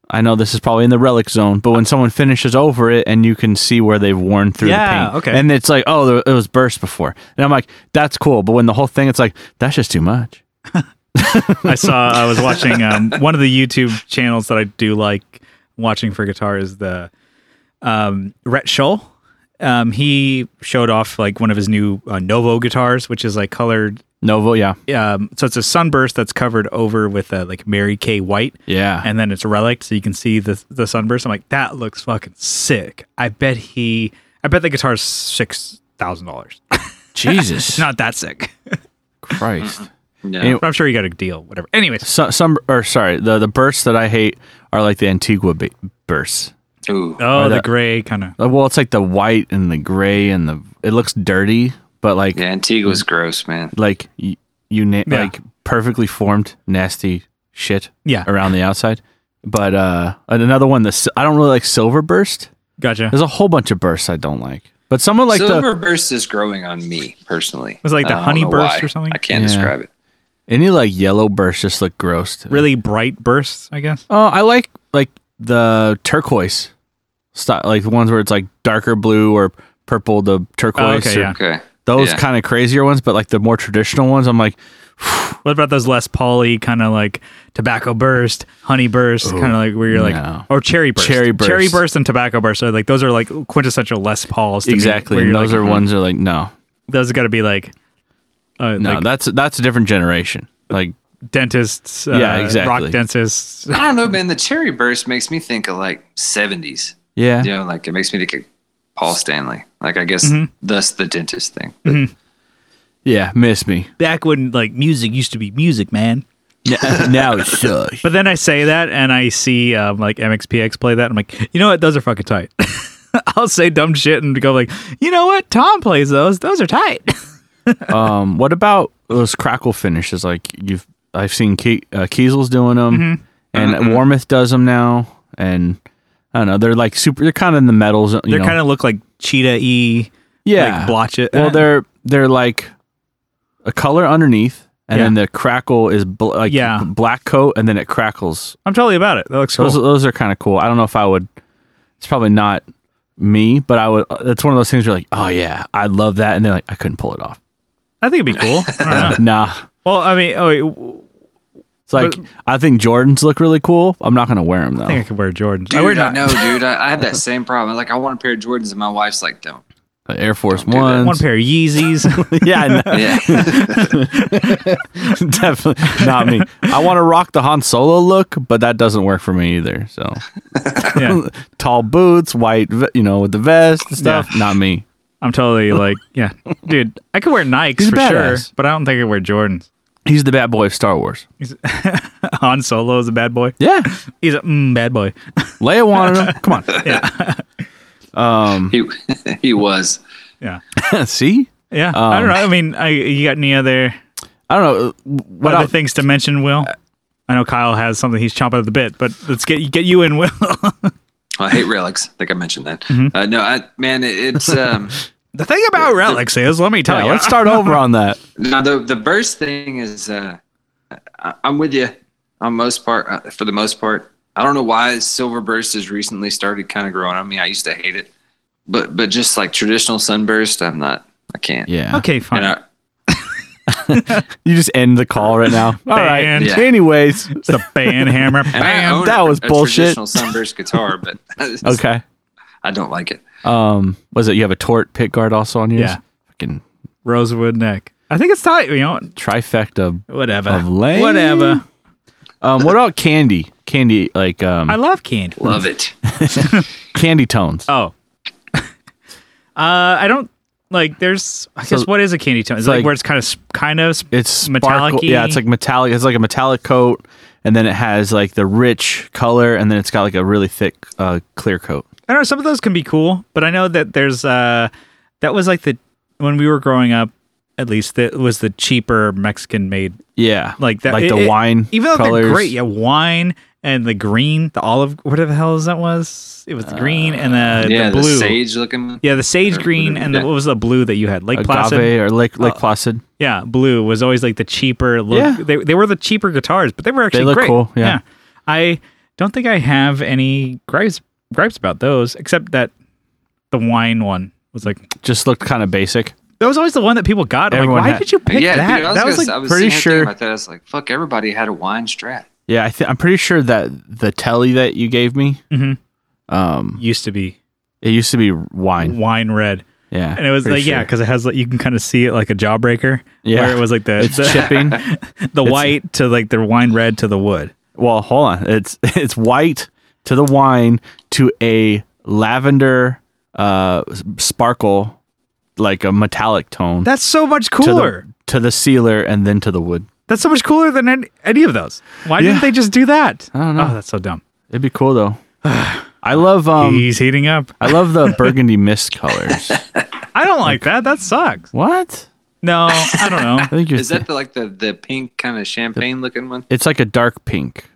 B: I know this is probably in the relic zone, but when someone finishes over it and you can see where they've worn through
A: Yeah,
B: the paint,
A: okay.
B: and it's like, oh, there, it was burst before, and I'm like, that's cool. But when the whole thing, it's like, that's just too much.
A: I saw I was watching um, one of the YouTube channels that I do like watching for guitar is the um, Rhett Scholl. Um, he showed off like one of his new uh, Novo guitars, which is like colored.
B: Novo, yeah,
A: Um, so it's a sunburst that's covered over with uh, like Mary Kay white,
B: yeah.
A: and then it's relic, so you can see the the sunburst. I'm like, that looks fucking sick. I bet he, I bet the guitar's six thousand dollars.
B: Jesus
A: It's not that sick,
B: Christ.
C: No.
B: Anyway,
A: but I'm sure you got a deal. Whatever. Anyways,
B: So, some or sorry, the the bursts that I hate are like the Antigua ba- bursts.
C: Ooh.
A: oh, the
B: that-
A: gray kind of.
B: Uh, Well, it's like the white and the gray and the it looks dirty, but like
C: Yeah, Antigua's gross, man.
B: like y- you na-
A: Yeah.
B: like perfectly formed, nasty shit
A: Yeah.
B: around the outside. But uh, and another one, the I don't really like silver burst.
A: Gotcha. It
B: There's a whole bunch of bursts I don't like. But someone like the
C: Silver burst is growing on me personally.
A: was like the
C: I don't
A: honey
C: know
A: burst
C: why.
A: or something.
C: I can't
B: Yeah.
C: describe it.
B: any like yellow bursts just look gross. To me.
A: Really bright bursts, I guess.
B: Oh, I like like the turquoise style, like the ones where it's like darker blue or purple to turquoise.
A: okay,
B: or
A: yeah.
C: Okay.
B: Those
C: Yeah.
B: kind of crazier ones, but like the more traditional ones, I'm like,
A: What about those less poly kind of like tobacco burst, honey burst, kind of like where you're like,
B: no.
A: or cherry burst,
B: Cherry burst.
A: cherry burst, and tobacco burst are like those are like quintessential less pols. To me,
B: exactly.
A: where
B: and
A: you're
B: those
A: like,
B: are ones that are like, "Hmm." no,
A: those got to be like, uh,
B: no,
A: like
B: that's that's a different generation. Like,
A: dentists, uh,
B: Yeah, exactly.
A: rock dentists.
C: I don't know, man. The cherry burst makes me think of like seventies.
B: yeah,
C: You know, like it makes me think of Paul Stanley. Like I guess thus the dentist thing.
B: yeah, miss me.
A: Back when like music used to be music, man.
B: now it sucks.
A: But then I say that and I see um, like MXPX play that. I'm like, you know what? Those are fucking tight. I'll say dumb shit and go like, you know what? Tom plays those. Those are tight.
B: Um, what about those crackle finishes? Like you've, I've seen Ke- uh, Kiesel's doing them, and Warmoth does them now, and I don't know. They're like super. They're kind of in the metals. You
A: they
B: know.
A: kind of look like cheetah e
B: yeah
A: like blotch it.
B: Well, they're they're like a color underneath, and
A: Yeah.
B: then the crackle is bl- like
A: Yeah.
B: b- black coat, and then it crackles.
A: I'm totally about it. That looks cool.
B: Those those are kind of cool. I don't know if I would. It's probably not me, but I would. That's one of those things. You're like, oh yeah, I love that, and they're like, I couldn't pull it off.
A: I think it'd be cool. I don't know.
B: nah.
A: Well, I mean, oh, wait, w-
B: It's like
A: But-
B: I think Jordans look really cool. I'm not gonna wear them though.
A: I think I could wear Jordans.
C: Dude,
A: I
C: I,
A: wear not
C: know, dude. I, I have that same problem. Like I want a pair of Jordans, and my wife's like, "Don't."
B: Like Air Force
C: do that.
B: Ones.
A: one pair of Yeezys.
B: yeah, no,
C: Yeah.
B: definitely not me. I want to rock the Han Solo look, but that doesn't work for me either. So
A: yeah,
B: tall boots, white, ve- you know, with the vest and stuff. Not me.
A: I'm totally like, yeah, dude. I could wear Nikes
B: He's a
A: for
B: badass.
A: sure, but I don't think I wear Jordans.
B: He's the bad boy of Star Wars.
A: Han Solo is a bad boy.
B: Yeah,
A: He's a mm, bad boy.
B: Leia wanted him. Come
C: he he was.
A: Yeah,
B: on, see.
A: yeah. I
B: Um,
A: don't know. I mean, I, you got any other
B: I don't know what
A: other
B: I,
A: things to mention, Will? I know Kyle has something he's chomping at the bit, but let's get get you in, Will.
C: I hate relics. I think I mentioned that. Uh, no, I, man, it, it's um.
A: the thing about relics is, let me tell
B: Yeah,
A: you,
B: let's start over on that.
C: Now the the burst thing is, uh, I, I'm with you on most part. Uh, for the most part, I don't know why silver burst has recently started kind of growing on me. I used to hate it, but but just like traditional sunburst, I'm not. I can't.
B: Yeah.
A: Okay, fine.
C: And I,
B: You just end the call right now. All right.
A: Banned.
C: Yeah.
B: Anyways.
A: It's the band hammer.
C: and I
A: Bam.
C: own
B: that
C: a-
B: was
C: a
B: bullshit.
C: Traditional sunburst guitar, but okay.
B: Okay.
C: I don't like it.
B: Um. Was it you have a tort pit guard also on yours?
A: Yeah.
B: Fucking
A: Rosewood neck. I think it's tight. You know,
B: trifecta
A: whatever.
B: Of lame.
A: Whatever.
B: Um, what about candy? Candy like um,
A: I love candy.
C: Love it.
B: candy tones.
A: Oh. uh, I don't like. There's. I
B: So-
A: guess what is a candy tone? Is it like,
B: like-
A: where it's kind of sp- kind of sp-
B: it's sparkle.
A: metallic-y?
B: Yeah, it's like metallic. It's like a metallic coat, and then it has like the rich color, and then it's got like a really thick uh, clear coat.
A: I don't know. Some of those can be cool, but I know that there's. Uh, that was like the when we were growing up. At least that was the cheaper Mexican made
B: Yeah,
A: like that.
B: like
A: it-
B: the
A: it-
B: wine.
A: Even though
B: colors.
A: they're great, yeah, wine and the green, the olive, whatever the hell is that was. It was the green and the,
C: Uh, yeah,
A: the blue.
C: sage looking.
A: Yeah, the sage
C: Or
A: green
C: blue,
A: and the,
C: yeah.
A: what was the blue that you had? Lake
B: agave
A: Placid. Uh,
B: or Lake Lake Placid.
A: Yeah, blue was always like the cheaper look.
B: Yeah.
A: They they were the cheaper guitars, but they were actually
B: look
A: great.
B: cool, yeah.
A: I don't think I have any gripes gripes about those except that the wine one was like
B: Just looked kind of basic.
A: that was always the one that people got. I'm
B: Everyone
A: like, why
B: had-
A: did you pick
C: yeah,
A: that?
C: dude, I was,
A: that was
C: gonna-
A: like
C: I was
B: pretty
C: sitting here thinking
B: sure-
C: about that. I was like, fuck, everybody had a wine strat.
B: Yeah, I th- I'm pretty sure that the telly that you gave me,
A: Mhm.
B: um,
A: used to be
B: it used to be wine.
A: wine red,
B: Yeah,
A: and it was
B: pretty
A: like yeah, 'cause yeah,
B: sure.
A: because it has like you can kind of see it like a jawbreaker.
B: Yeah.
A: where it was like the
B: it's
A: the,
B: chipping.
A: the white to like the wine red to the wood.
B: Well, hold on. It's it's white to the wine to a lavender uh s- sparkle, like a metallic tone.
A: That's so much
B: to
A: cooler.
B: the, to the sealer and then to the wood.
A: That's so much cooler than any, any of those. Why
B: Yeah.
A: didn't they just do that? I
B: don't know.
A: Oh, that's so dumb.
B: It'd be cool though. I love um
A: He's heating up.
B: I love the burgundy mist colors.
A: I don't like that. That sucks.
B: What?
A: No, I don't know.
B: I think you're.
C: Is that the, like the the pink kind of champagne looking one?
B: it's like a dark pink,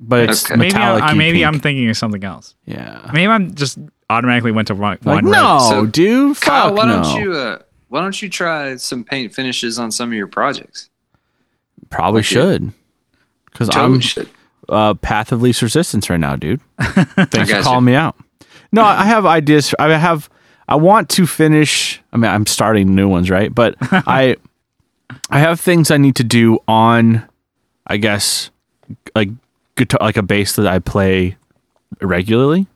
B: but it's
C: Okay.
A: maybe
B: metallic.
A: I, I- maybe I'm thinking of something else.
B: Yeah.
A: Maybe I'm just automatically went to one.
B: Like
A: one road.
B: no,
C: So,
B: dude. Fuck
C: Kyle, why
B: no.
C: don't you uh, why don't you try some paint finishes on some of your projects?
B: Probably
C: you.
B: should. Because
C: Totally
B: I'm
C: should.
B: uh, path of least resistance right now, dude. Thanks for
C: gotcha.
B: calling me out. No, I I have ideas. For, I have. I want to finish. I mean, I'm starting new ones, right? But I, I have things I need to do on, I guess, like guitar, like a bass that I play regularly.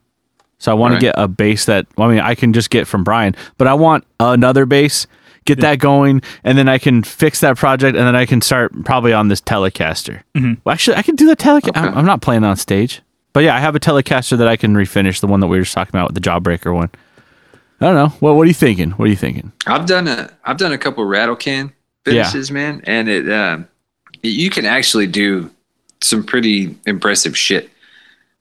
B: So I want
C: Right.
B: to get a bass that well, I mean I can just get from Brian, but I want another bass. Get that going, and then I can fix that project, and then I can start probably on this Telecaster.
C: Mm-hmm.
B: Well, actually, I can do the Telecaster. I'm, I'm not playing on stage, but yeah, I have a Telecaster that I can refinish the one that we were just talking about, the Jawbreaker one. I don't know. Well, what are you thinking? What are you thinking?
C: I've done a I've done a couple rattle can finishes, man, and it um, you can actually do some pretty impressive shit.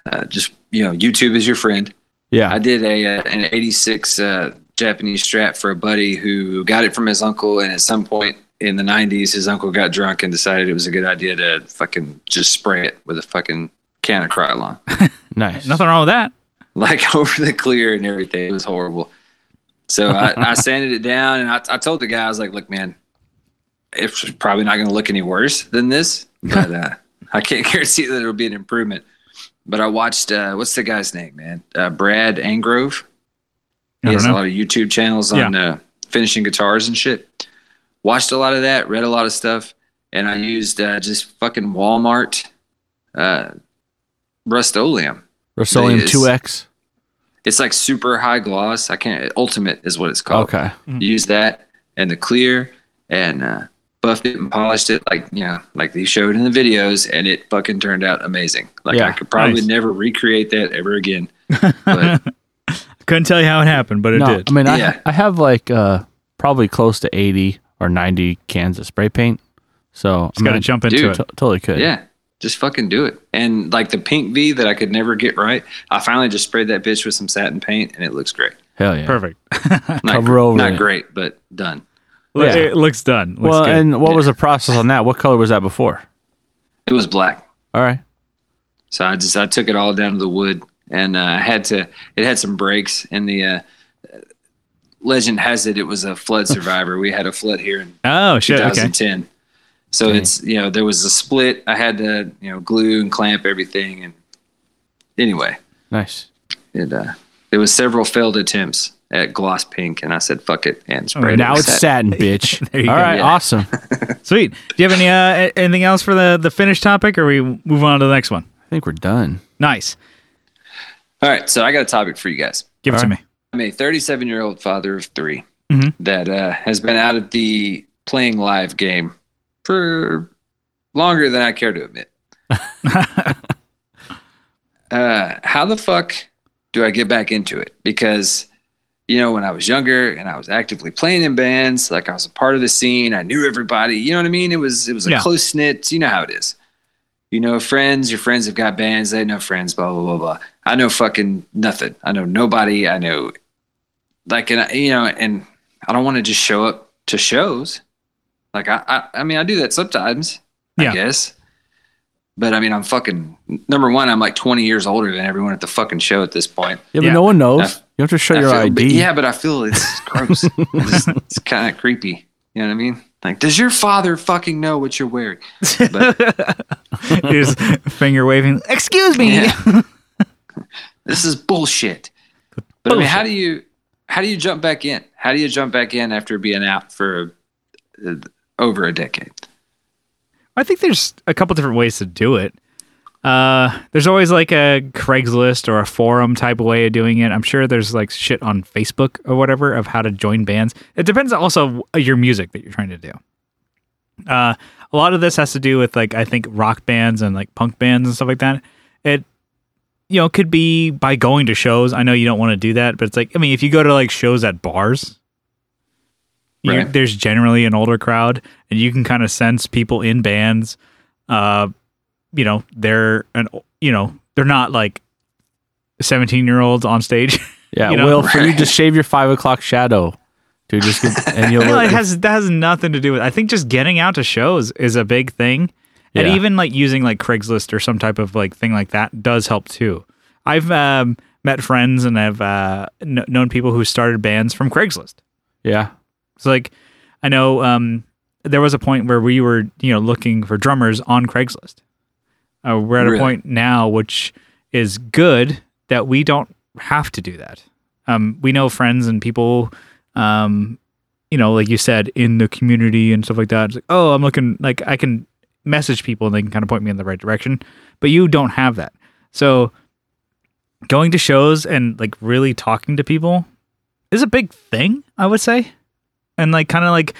C: Uh, just you know, YouTube is your friend.
B: Yeah,
C: I did a uh, an '86 uh, Japanese strap for a buddy who got it from his uncle, and at some point in the '90s, his uncle got drunk and decided it was a good idea to fucking just spray it with a fucking can of Krylon,
B: nice.
A: nothing wrong with that.
C: like over the clear and everything. It was horrible. So I, I sanded it down, and I, I told the guy, I was like, "Look, man, it's probably not going to look any worse than this, but uh, I can't guarantee that it'll be an improvement." But I watched uh, what's the guy's name, man? Uh, Brad Angrove.
A: I
C: He
A: don't
C: has a
A: know.
C: lot of YouTube channels on uh, finishing guitars and shit. Watched a lot of that, read a lot of stuff, and I used uh, just fucking Walmart uh, Rust-Oleum.
B: Rust-Oleum
C: Yes.
B: 2X.
C: It's like super high gloss. I can't. Ultimate is what it's called.
B: Okay. Hmm.
C: Use that and the clear and uh, buffed it and polished it like you know like they showed in the videos, and it fucking turned out amazing. Like
B: Yeah,
C: I could probably
A: nice.
C: never recreate that ever again. But
A: Couldn't tell you how it happened, but it
B: no,
A: did.
B: I mean, I,
C: Yeah.
B: I have like uh, probably close to 80 or 90 cans of spray paint. So
A: Just got to jump into
C: dude,
A: it.
B: T- totally could.
C: Yeah. Just fucking do it. And like the pink V that I could never get right, I finally just sprayed that bitch with some satin paint and it looks great.
B: Hell yeah.
A: Perfect.
C: Not,
B: Cover
C: gr-
B: over
C: not
B: it.
C: great, but done.
A: Look-
B: Yeah.
A: It looks done. Looks
B: Well,
A: good.
B: and what was the process on that? What color was that before?
C: It was black.
B: All right.
C: So I just I took it all down to the wood and uh, I had to it had some breaks and the uh, legend has it it was a flood survivor. we had a flood here in
A: oh shit. Okay.
C: 2010. So it's you know there was a split. I had to you know glue and clamp everything and anyway,
B: Nice.
C: it uh, there was several failed attempts at gloss pink, and I said fuck it and sprayed. it
B: now
C: with
B: it's
C: satin.
B: satin, bitch.
A: There you
B: All
A: go.
B: right.
C: Yeah.
B: Awesome. I
A: Sweet. Do you have any uh, a- anything else for the the finish topic, or we move on to the next one?
B: think we're done.
A: Nice.
C: All right, so I got a topic for you guys.
A: Give it to me.
C: I'm a 37 year old father of 3 that uh, has been out of the playing live game for longer than I care to admit. uh, how the fuck do I get back into it? Because, you know, when I was younger and I was actively playing in bands, like I was a part of the scene, I knew everybody. You know what I mean? It was it was a
A: Yeah.
C: close knit. You know how it is. You know friends. Your friends have got bands. They know friends. Blah blah blah blah. I know fucking nothing. I know nobody. I know like and I- you know and I don't want to just show up to shows. Like I, I, I mean, I do that sometimes.
A: Yeah.
C: I guess. But I mean, I'm fucking number one. I'm like 20 years older than everyone at the fucking show at this point.
B: Yeah,
A: Yeah.
B: but no one knows.
C: I-
B: you have to show
C: I
B: your
C: feel-
B: ID.
C: but- yeah, but I feel it's gross. it's kind of creepy. You know what I mean? Like, does your father fucking know what you're wearing?
A: Is finger waving. Excuse me.
C: Yeah. this is bullshit. But I mean, how do you how do you jump back in? How do you jump back in after being out for uh, over a decade?
A: I think there's a couple different ways to do it. Uh, there's always like a Craigslist or a forum type of way of doing it. I'm sure there's like shit on Facebook or whatever of how to join bands. It depends also on your music that you're trying to do. Uh, a lot of this has to do with like I think rock bands and like punk bands and stuff like that. It you know could be by going to shows. I know you don't want to do that, but it's like I mean if you go to like shows at bars, you-
C: Right.
A: there's generally an older crowd and you can kind of sense people in bands uh you know they're an you know they're not like 17 year olds on stage
B: Yeah,
A: You know?
B: Will, for you
C: Right.
B: just shave your five o'clock shadow. dude. Just get, and you'll
A: No, it has that has nothing to do with. I think just getting out to shows is a big thing, and
B: Yeah.
A: even like using like Craigslist or some type of like thing like that does help too. I've um, met friends and I've uh, kn- known people who started bands from Craigslist.
B: yeah,
A: It's like I know um, there was a point where we were you know looking for drummers on Craigslist. Uh, we're at
C: Really?
A: a point now which is good that we don't have to do that. Um, we know friends and people, um, you know, like you said, in the community and stuff like that. It's like, oh, I'm looking like I can message people and they can kind of point me in the right direction. But you don't have that, so going to shows and like really talking to people is a big thing. I would say and like kind of like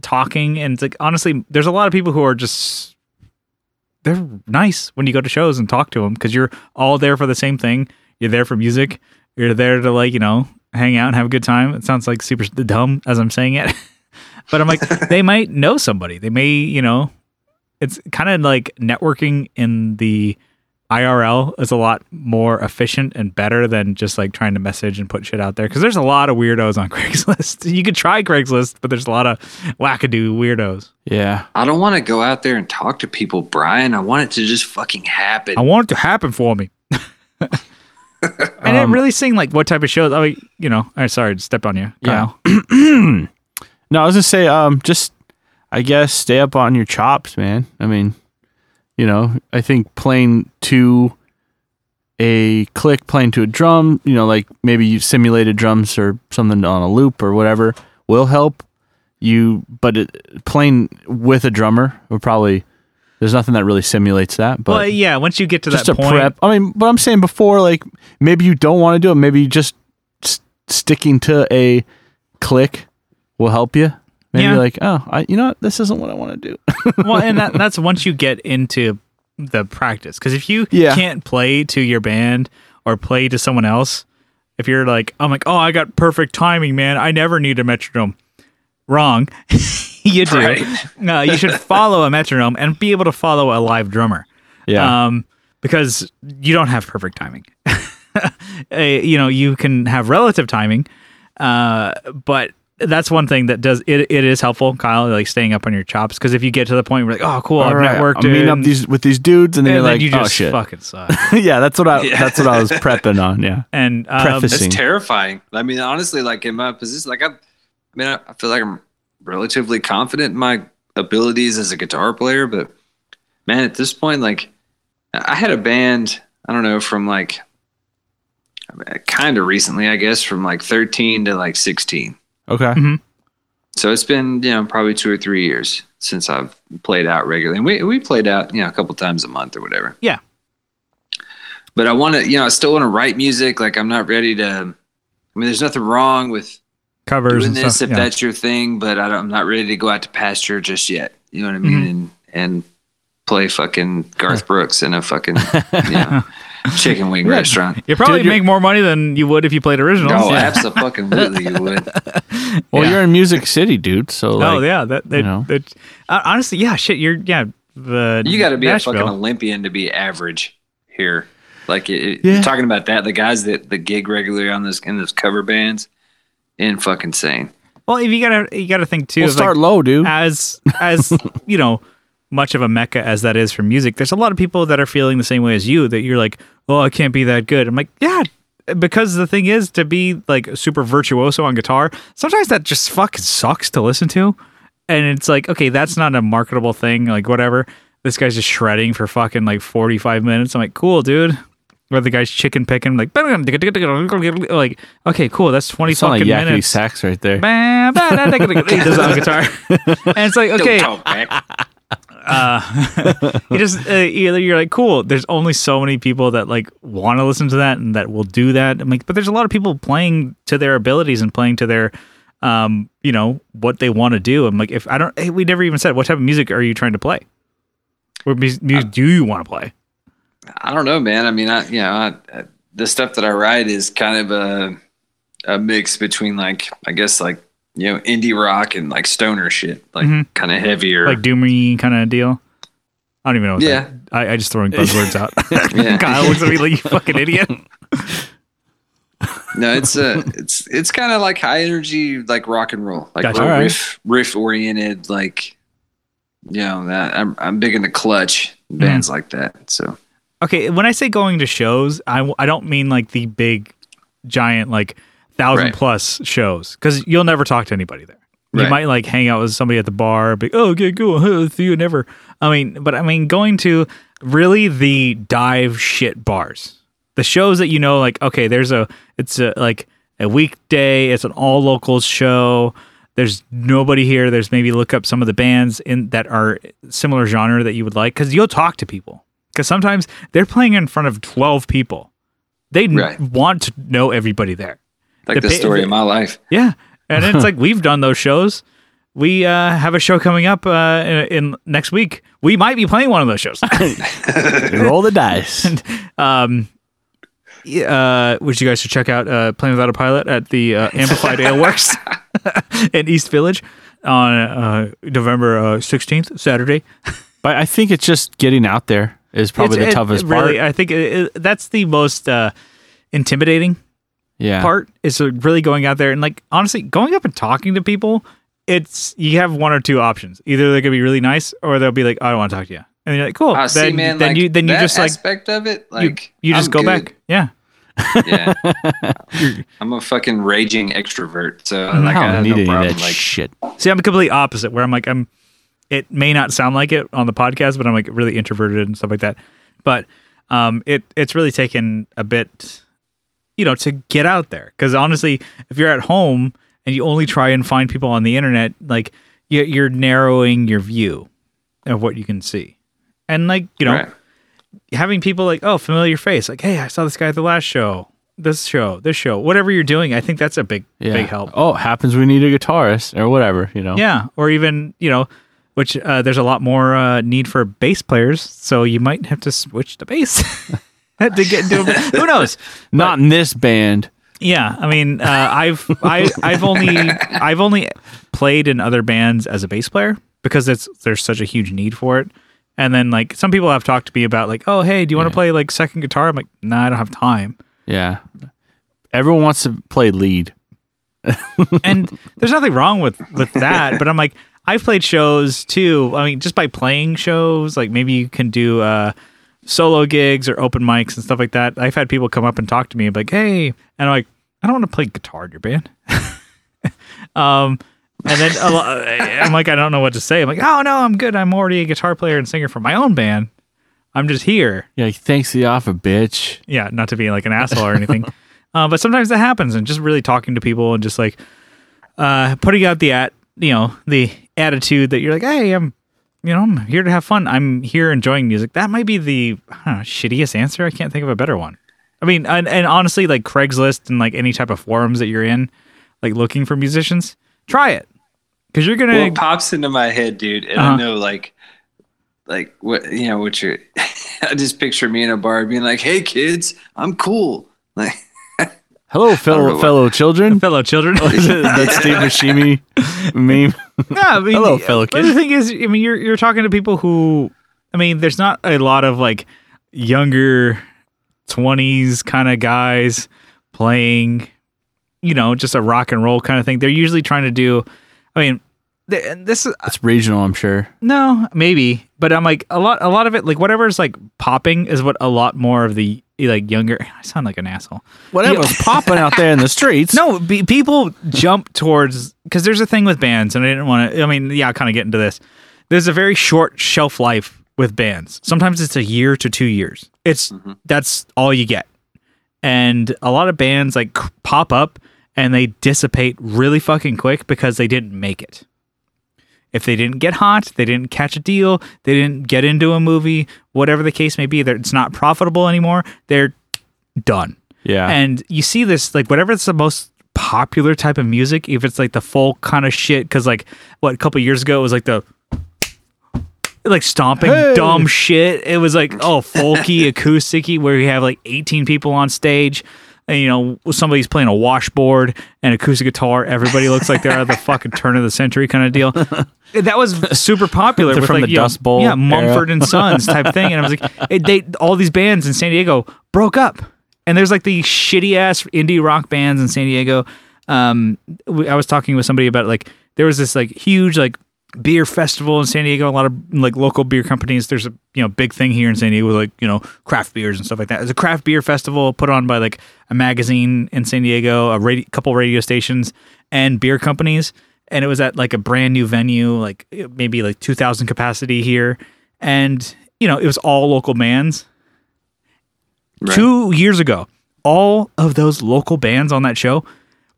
A: talking and it's like honestly there's a lot of people who are just they're nice when you go to shows and talk to them because you're all there for the same thing you're there for music you're there to like you know hang out and have a good time it sounds like super dumb as i'm saying it but i'm like they might know somebody they may you know it's kind of like networking in the IRL is a lot more efficient and better than just like trying to message and put shit out there. Cause there's a lot of weirdos on Craigslist. You could try Craigslist, but there's a lot of wackadoo weirdos.
B: yeah.
C: I don't want to go out there and talk to people, Brian. I want it to just fucking happen.
A: I want it to happen for me. and then
B: Um,
A: really seeing like what type of shows, I mean, you know, I sorry to step on you,
B: Yeah.
A: Kyle.
B: No, I was gonna say, um, just I guess stay up on your chops, man. I mean, you know, I think playing to a click, playing to a drum, you know, like maybe you simulated drums or something on a loop or whatever will help you. But it, playing with a drummer will probably there's nothing that really simulates that. But
A: Well, yeah, once you get to
B: just
A: that
B: to
A: point,
B: prep. I mean, but I'm saying before, like maybe you don't want to do it. Maybe you just s- sticking to a click will help you. Maybe
A: Yeah.
B: like, oh, I, you know what? This isn't what I want to do.
A: well, and that, that's once you get into the practice. Because if you
B: Yeah.
A: can't play to your band or play to someone else, if you're like, I'm like, oh, I got perfect timing, man. I never need a metronome. Wrong. you do.
C: Right.
A: No, you should follow a metronome and be able to follow a live drummer.
B: yeah.
A: Um, because you don't have perfect timing. Uh, you know, you can have relative timing, uh, but that's one thing that does it. It is helpful, Kyle, like staying up on your chops. Because if you get to the point where like, oh, cool,
B: All
A: I've
B: right,
A: networked,
B: I'm meeting up
A: and-
B: these with these dudes, and then
A: and
B: you're
A: then
B: like,
A: you just
B: oh shit,
A: fucking suck.
B: yeah, that's what I
C: Yeah.
B: that's what I was prepping on. Yeah,
A: And um,
B: Preface.
C: That's
B: Sing.
C: terrifying. I mean, honestly, like in my position, like I, I mean, I, I feel like I'm relatively confident in my abilities as a guitar player, but man, at this point, like I had a band, I don't know, from like kind of recently, I guess, from like 13 to like 16.
B: okay,
C: So it's been, you know, probably two or three years since I've played out regularly. And we, we played out, you know, a couple times a month or whatever.
A: Yeah.
C: But I want to, you know, I still want to write music. Like I'm not ready to, I mean, there's nothing wrong with
A: covers
C: doing
A: and
C: this
A: stuff.
C: if
A: yeah.
C: that's your thing, but I don't, I'm not ready to go out to pasture just yet. You know what I
A: Mm-hmm.
C: mean? And, and play fucking Garth Brooks in a fucking, you know, chicken wing restaurant.
A: You probably
B: Dude, you're-
A: make more money than you would if you played originals.
C: Oh,
A: yeah.
C: absolutely, you would.
B: well,
A: Yeah.
B: you're in Music City, dude. So like,
A: oh yeah, that, that,
B: you know.
A: that- uh, honestly, yeah, shit, you're yeah. The
C: You got to be
A: Nashville.
C: a fucking Olympian to be average here. Like it, it-
B: Yeah.
C: you're talking about that, the guys that the gig regularly on this in those cover bands, in fucking insane.
A: Well, if you gotta you gotta think too.
B: we'll
A: of, like,
B: start low, dude.
A: as as you know much of a mecca as that is for music there's a lot of people that are feeling the same way as you that you're like oh i can't be that good i'm like yeah because the thing is to be like super virtuoso on guitar sometimes that just fucking sucks to listen to and it's like okay that's not a marketable thing like whatever this guy's just shredding for fucking like 45 minutes i'm like cool dude or the guy's chicken picking like like okay cool that's 20
B: You sound like
A: fucking
B: yakety
A: minutes
B: sax right there.
A: Bah, bah, da, da, da, da, da. he does it on guitar, and it's like okay,
C: Don't talk back.
A: you just uh, either you're like cool. There's only so many people that like want to listen to that and that will do that. I'm like, but there's a lot of people playing to their abilities and playing to their, um, you know, what they want to do. I'm like, if I don't, hey, we never even said what type of music are you trying to play? What mu-
C: Uh,
A: music do you want to play?
C: I don't know, man. I mean, I you know, I, I, the stuff that I write is kind of a a mix between like I guess like you know indie rock and like stoner shit, like kind of heavier.
A: Mm-hmm. Like doomy kind of deal. I don't even know. What
C: Yeah.
A: that- I, I just throwing buzzwords out.
C: Yeah.
A: Kyle looks at me like you fucking idiot.
C: No, it's uh, it's it's kind of like high energy, like rock and roll, like
B: Gotcha.
C: real
B: All right.
C: riff riff oriented. Like, you know, that I'm I'm big into clutch bands
A: Mm-hmm.
C: like that. So
A: Okay, when I say going to shows, I, I don't mean like the big, giant like thousand
C: Right.
A: plus shows because you'll never talk to anybody there. You
C: Right.
A: might like hang out with somebody at the bar, be oh okay cool, huh, see you never. I mean, but I mean going to really the dive shit bars, the shows that you know like okay, there's a it's a like a weekday, it's an all locals show. There's nobody here. There's maybe look up some of the bands in that are similar genre that you would like because you'll talk to people because sometimes they're playing in front of 12 people they n-
C: Right.
A: want to know everybody there
C: like
A: The
C: the,
A: ba-
C: story
A: the-
C: of my life.
A: yeah and it's like we've done those shows we uh, have a show coming up uh, in, in next week we might be playing one of those shows
B: Roll the dice.
A: um, y- uh, which you guys should check out uh, playing without a pilot at the uh, amplified aleworks in east village on uh, november uh, 16th saturday
B: But I think it's just getting out there is probably
A: It's-
B: the
A: it-
B: toughest
A: it really,
B: part.
A: i think it, it, that's the most uh, intimidating
B: Yeah.
A: part is uh, really going out there and like honestly going up and talking to people it's you have one or two options either they're gonna be really nice or they'll be like i don't want to talk to you and you're like cool
C: I
A: then,
C: Ah, see, man.
A: then
C: like,
A: you then you
C: that
A: just like
C: aspect of it,
A: you-
C: like
A: you, just
C: I'm
A: go
C: good.
A: back yeah
C: Yeah, I'm a fucking raging extrovert, so like I
B: I
C: have
B: don't need
C: no
B: any of
C: problem.
B: that
C: Like,
B: shit.
A: see i'm completely opposite where i'm like i'm it may not sound like it on the podcast but i'm like really introverted and stuff like that but um it it's really taken a bit you know to get out there because honestly if you're at home and you only try and find people on the internet like you, you're narrowing your view of what you can see and like you know
C: right.
A: having people like oh familiar face like hey i saw this guy at the last show this show this show whatever you're doing i think that's a big
B: Yeah.
A: big help
B: Oh, happens we need a guitarist or whatever, you know.
A: yeah, or even you know, which uh, there's a lot more uh, need for bass players, so you might have to switch to bass to get into. Who knows?
B: Not in this band.
A: Yeah, I mean, uh, I've I, I've only I've only played in other bands as a bass player because it's there's such a huge need for it. And then like some people have talked to me about like, oh hey, do you want to play like second guitar? I'm like, nah, I don't have time.
B: Yeah. Everyone wants to play lead.
A: and there's nothing wrong with with that but i'm like i've played shows too i mean just by playing shows like maybe you can do uh solo gigs or open mics and stuff like that i've had people come up and talk to me and be like hey and i'm like i don't want to play guitar in your band um and then a lo- uh, i'm like i don't know what to say i'm like oh no i'm good i'm already a guitar player and singer for my own band i'm just here
B: Yeah, like, thanks the offer, bitch.
A: yeah, not to be like an asshole or anything. uh, but sometimes that happens, and just really talking to people and just like uh, putting out the at you know the attitude that you're like, hey, I'm you know I'm here to have fun. I'm here enjoying music. That might be the I don't know, shittiest answer. I can't think of a better one. I mean, and, and honestly, like Craigslist and like any type of forums that you're in, like looking for musicians, try it because you're gonna.
C: Well, it pops into my head, dude, and
A: Uh-huh.
C: I know like, like what you know, what you're. I just picture me in a bar being like, "Hey, kids, I'm cool." Like,
B: Hello,
C: don't
B: fellow
C: know
B: fellow children.
A: Fellow children,
B: That's Steve Buscemi meme.
A: Yeah, I mean,
B: Hello, fellow
A: But the thing is, I mean, you're you're talking to people who, I mean, there's not a lot of like younger twenties kind of guys playing, you know, just a rock and roll kind of thing. They're usually trying to do. I mean, th- and this is
B: It's regional, I'm sure.
A: no, maybe, but I'm like a lot. A lot of it, like whatever's like popping, is what a lot more of the like younger. I sound like an asshole.
B: Whatever's popping out there in the streets.
A: No, be, people jump towards because there's a thing with bands, and I didn't want to. I mean, yeah, I kind of get into this. There's a very short shelf life with bands. Sometimes it's a year to two years. It's that's all you get, and a lot of bands like c- pop up and they dissipate really fucking quick because they didn't make it. If they didn't get hot, they didn't catch a deal, they didn't get into a movie, whatever the case may be, that it's not profitable anymore. They're done.
B: Yeah.
A: And you see this like whatever it's the most popular type of music, if it's like the folk kind of shit, because like what a couple years ago it was like the like stomping
B: Hey!
A: dumb shit. It was like oh folky acousticy where you have like eighteen people on stage. And you know somebody's playing a washboard and acoustic guitar. Everybody looks like they're out of the fucking turn of the century kind of deal. That was super popular with
B: from
A: like
B: the
A: you know,
B: Dust Bowl
A: yeah,
B: era.
A: Mumford and Sons type thing. And I was like, it, they all these bands in San Diego broke up and there's like the shitty ass indie rock bands in San Diego. Um, we- I was talking with somebody about like there was this like huge like beer festival in San Diego. A lot of like local beer companies. There's a you know big thing here in San Diego with like you know craft beers and stuff like that. There's a craft beer festival put on by like a magazine in San Diego, a radio, couple radio stations, and beer companies. And it was at like a brand new venue, like maybe like 2,000 capacity here. And, you know, it was all local bands
C: Right.
A: two years ago, all of those local bands on that show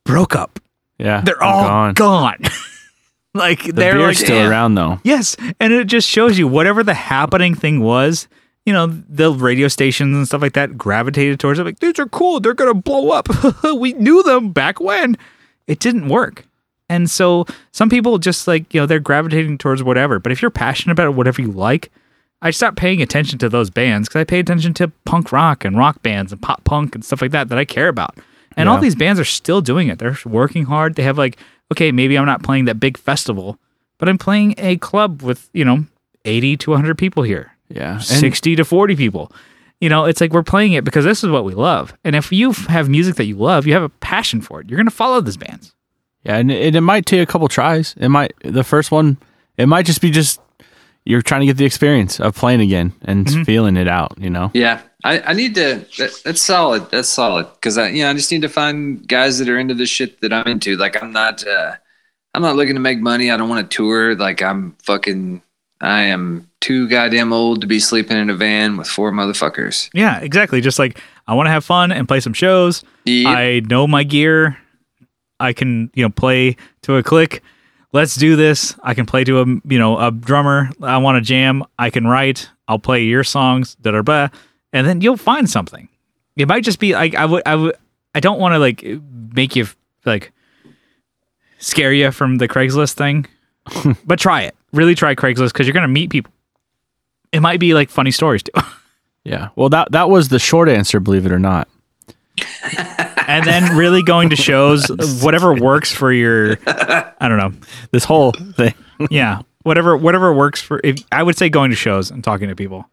A: broke up.
B: Yeah,
A: They're all gone. like
B: The
A: they're
B: beer's
A: like
B: still
C: "Damn."
B: around though.
A: yes, and it just shows you whatever the happening thing was. You know, the radio stations and stuff like that gravitated towards it. Like these are cool. They're gonna blow up. we knew them back when. It didn't work. And so some people just like, you know, they're gravitating towards whatever. But if you're passionate about whatever you like, I stopped paying attention to those bands because I pay attention to punk rock and rock bands and pop punk and stuff like that that I care about. And all these bands are still doing it. They're working hard. They have like, okay, maybe I'm not playing that big festival, but I'm playing a club with, you know, 80 to 100 people here.
B: Yeah, and
A: 60 to 40 people. You know, it's like we're playing it because this is what we love. And if you f- have music that you love, you have a passion for it. You're going to follow these bands.
B: yeah, and it, it might take a couple tries. It might the first one. It might just be just you're trying to get the experience of playing again and feeling it out. You know.
C: Yeah, I, I need to. That, that's solid. That's solid. Because I, you know, I just need to find guys that are into the shit that I'm into. Like I'm not. uh I'm not looking to make money. I don't want to tour. Like I'm fucking. I am too goddamn old to be sleeping in a van with four motherfuckers.
A: Yeah, exactly. Just like I want to have fun and play some shows.
C: Yeah.
A: I know my gear. I can, you know, play to a click. Let's do this. I can play to a, you know, a drummer. I want to jam. I can write. I'll play your songs. Da da da. And then you'll find something. It might just be like I would. I would. I don't want to like make you like scare you from the Craigslist thing, but try it. Really try Craigslist because you're gonna meet people. It might be like funny stories too.
B: Yeah. Well, that that was the short answer, believe it or not.
A: and then really going to shows whatever works for your i don't know
B: This whole thing.
A: yeah whatever whatever works for if i would say going to shows and talking to people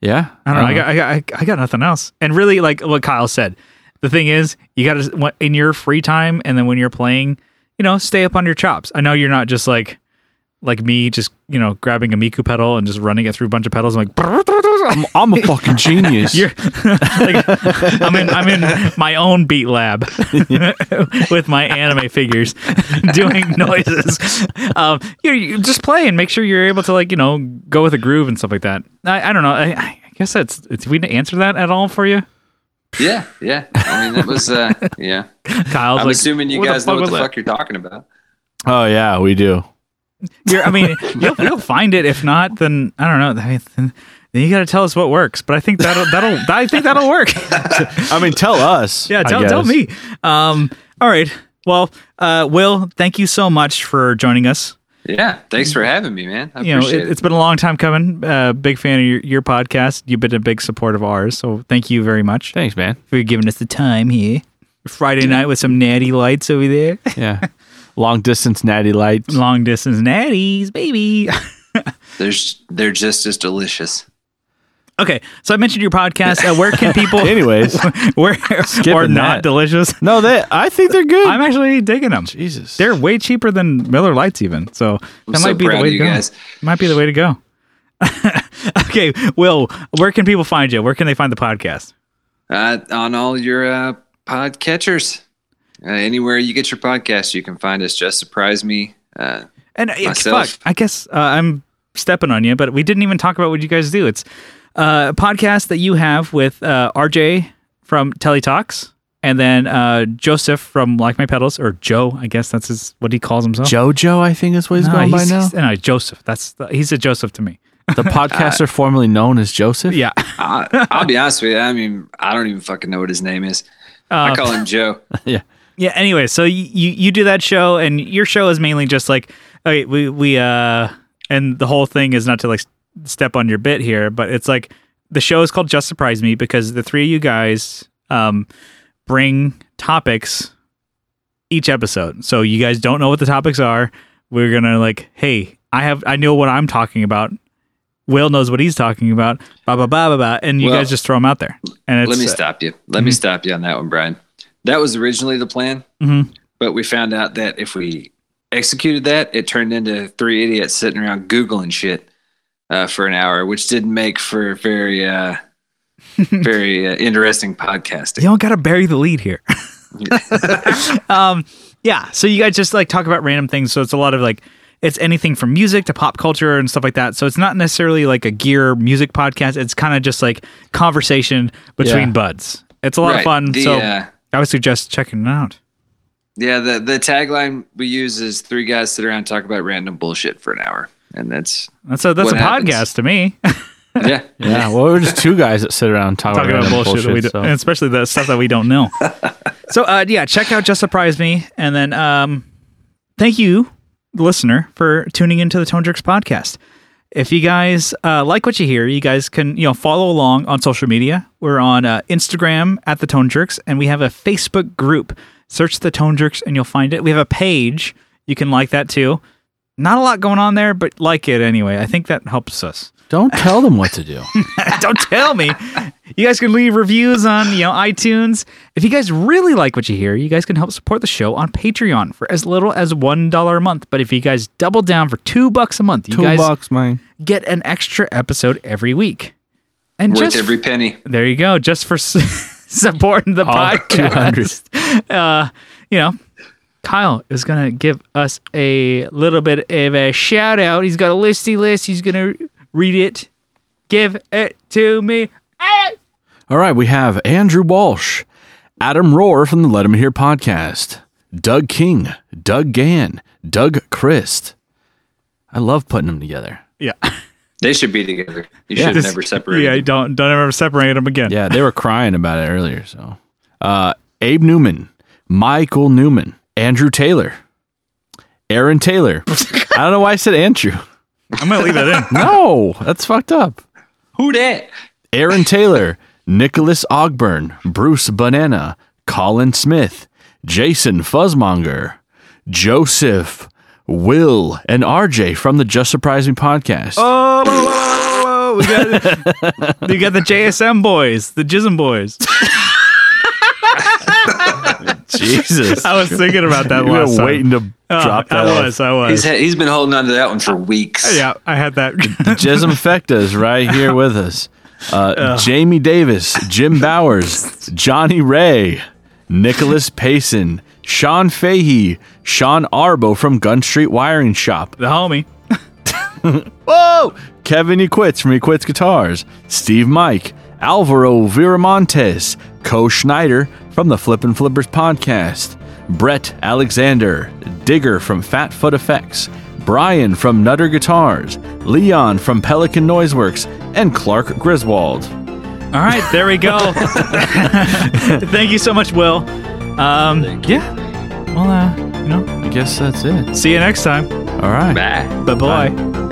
B: Yeah.
A: i don't know I, got, I got i got nothing else and really like what kyle said the thing is you gotta in your free time and then when you're playing you know stay up on your chops i know you're not just like like me just you know grabbing a miku pedal and just running it through a bunch of pedals and like
B: I'm, I'm a fucking genius.
A: You're like, I'm in I'm in my own beat lab with my anime figures doing noises. Um, you, you just play and make sure you're able to like you know go with a groove and stuff like that. I, I don't know. I, I guess that's it's we didn't answer that at all for you,
C: yeah, yeah. I mean, that was. uh Yeah.
A: Kyle.
C: I'm assuming you guys know what the fuck you're talking about.
B: oh yeah, we do.
A: You're, I mean, you'll, you'll find it. If not, then I don't know. I mean, then, then you got to tell us what works. But I think that'll that'll I think that'll work.
B: I mean, tell us.
A: Yeah,
B: I
A: tell, tell
B: guess.
A: me. Um, all right. Well, uh, Will, thank you so much for joining us.
C: Yeah. Thanks for having me, man. I
A: You know,
C: appreciate
A: it, it's been a long time coming. Uh, big fan of your, your podcast. You've been a big support of ours, so thank you very much
B: Thanks, man.
A: for giving us the time here. Friday night with some natty lights over there.
B: Yeah. Long distance natty lights.
A: Long distance natties, baby.
C: it. There's, they're just as delicious.
A: okay, so I mentioned your podcast. Uh, where can people?
B: Anyways,
A: where or
B: Skipping
A: not
B: that.
A: delicious?
B: no, they. I think they're good.
A: I'm actually digging them.
B: Jesus.
A: They're way cheaper than Miller Lights, even. So that
C: so
A: might be
C: proud
A: the
C: of
A: way to
C: you
A: go.
C: guys.
A: Might be the way to go. okay, Will, where can people find you? Where can they find the podcast?
C: uh, on all your uh, pod catchers. Uh, anywhere you get your podcast, you can find us. Just surprise me. Uh,
A: And uh, yeah,
C: Myself.
A: fuck, I guess uh, I'm stepping on you, but we didn't even talk about what you guys do. It's uh, a podcast that you have with uh, RJ from Teletalks, and then uh, Joseph from Like My Pedals, or Joe, I guess that's his what he calls himself.
B: JoJo, I think is what he's
A: No,
B: going by
A: he's-
B: now.
A: he's- no, Joseph. That's the, he's a Joseph to me.
B: The podcaster formerly known as Joseph.
A: Uh, Yeah.
C: I, I'll be honest with you. I mean, I don't even fucking know what his name is. I call him Joe.
B: Yeah.
A: Yeah. Anyway, so y- you you do that show, and your show is mainly just like, okay, we we uh, and the whole thing is not to like s- step on your bit here, but it's like the show is called Just Surprise Me because the three of you guys um bring topics each episode. So you guys don't know what the topics are. We're gonna like, hey, I have I know what I'm talking about. Will knows what he's talking about. Ba ba ba ba ba, and you
C: Well,
A: guys just throw them out there. And it's uh,
C: Let me stop you. Let me stop you on that one, Brian. That was originally the plan,
A: Mhm.
C: but we found out that if we executed that, it turned into three idiots sitting around googling shit uh, for an hour, which didn't make for very, uh, very uh, interesting podcasting.
A: you don't got to bury the lead here. um, yeah. So you guys just like talk about random things. So it's a lot of like, it's anything from music to pop culture and stuff like that. So it's not necessarily like a gear music podcast. It's kind of just like conversation between
B: Yeah.
A: buds. It's a lot of
C: Right.
A: fun.
C: The,
A: so
C: uh,
A: I would suggest checking it out.
C: yeah, the the tagline we use is three guys sit around and talk about random bullshit for an hour, and that's
A: That's a that's
C: what
A: a
C: happens?
A: podcast to me.
C: yeah.
B: Yeah, well, we're just two guys that sit around talking,
A: talking about
B: random
A: bullshit, that we do,
B: so.
A: and especially the stuff that we don't know. so uh, yeah, check out Just Surprise Me, and then um, thank you, listener, for tuning into the Tone Jerks podcast. If you guys uh, like what you hear, you guys can you know follow along on social media. We're on uh, Instagram at the Tone Jerks, and we have a Facebook group. Search the Tone Jerks, and you'll find it. We have a page you can like that too. Not a lot going on there, but like it anyway. I think that helps us.
B: Don't tell them what to do.
A: Don't tell me. You guys can leave reviews on, you know, iTunes. If you guys really like what you hear, you guys can help support the show on Patreon for as little as one dollar a month. But if you guys double down for two bucks a month, you
B: two
A: guys
B: bucks, man.
A: get an extra episode every week. And
C: worth
A: just
C: every penny.
A: there you go, just for s- supporting the podcast. Uh, you know, Kyle is gonna give us a little bit of a shout out. He's got a listy list. He's gonna read it. Give it to me.
B: All right, we have Andrew Walsh, Adam Rohr from the Let Him Hear podcast, Doug King, Doug Gann, Doug Christ. I love putting them together.
A: Yeah.
C: They should be together. You should have never separate.
A: Yeah, don't don't ever separate them again.
B: Yeah, they were crying about it earlier. So, uh, Abe Newman, Michael Newman, Andrew Taylor, Aaron Taylor. I don't know why I said Andrew.
A: I'm gonna leave that in.
B: No, that's fucked up.
C: Who that?
B: Aaron Taylor, Nicholas Ogburn, Bruce Banana, Colin Smith, Jason Fuzzmonger, Joseph, Will, and RJ from the Just Surprise Me podcast.
A: Oh, whoa, whoa, whoa, whoa, whoa. We got, you got the JSM boys, the Jism boys.
B: Jesus.
A: I was thinking about that
B: you were
A: last time.
B: waiting to
A: Oh,
B: drop that.
A: I
B: off.
A: was. I
C: He's,
A: was.
C: ha- he's been holding on to that one for weeks.
A: Yeah, I had that.
B: Jismfecta's right here with us. Uh, Jamie Davis, Jim Bowers, Johnny Ray, Nicholas Payson, Sean Fahey, Sean Arbo from Gun Street Wiring Shop.
A: the homie.
B: Whoa! Kevin Equitz from Equitz Guitars, Steve Mike, Alvaro Viramontes, Co Schneider from the Flippin' Flippers podcast, Brett Alexander, Digger from Fat Foot Effects, Brian from Nutter Guitars, Leon from Pelican Noiseworks, and Clark Griswold.
A: All right, there we go. Thank you so much, Will. Um, yeah. Well, uh, you know,
B: I guess that's it.
A: see you next time.
B: All right.
C: Bye.
A: Bye bye.
B: Bye.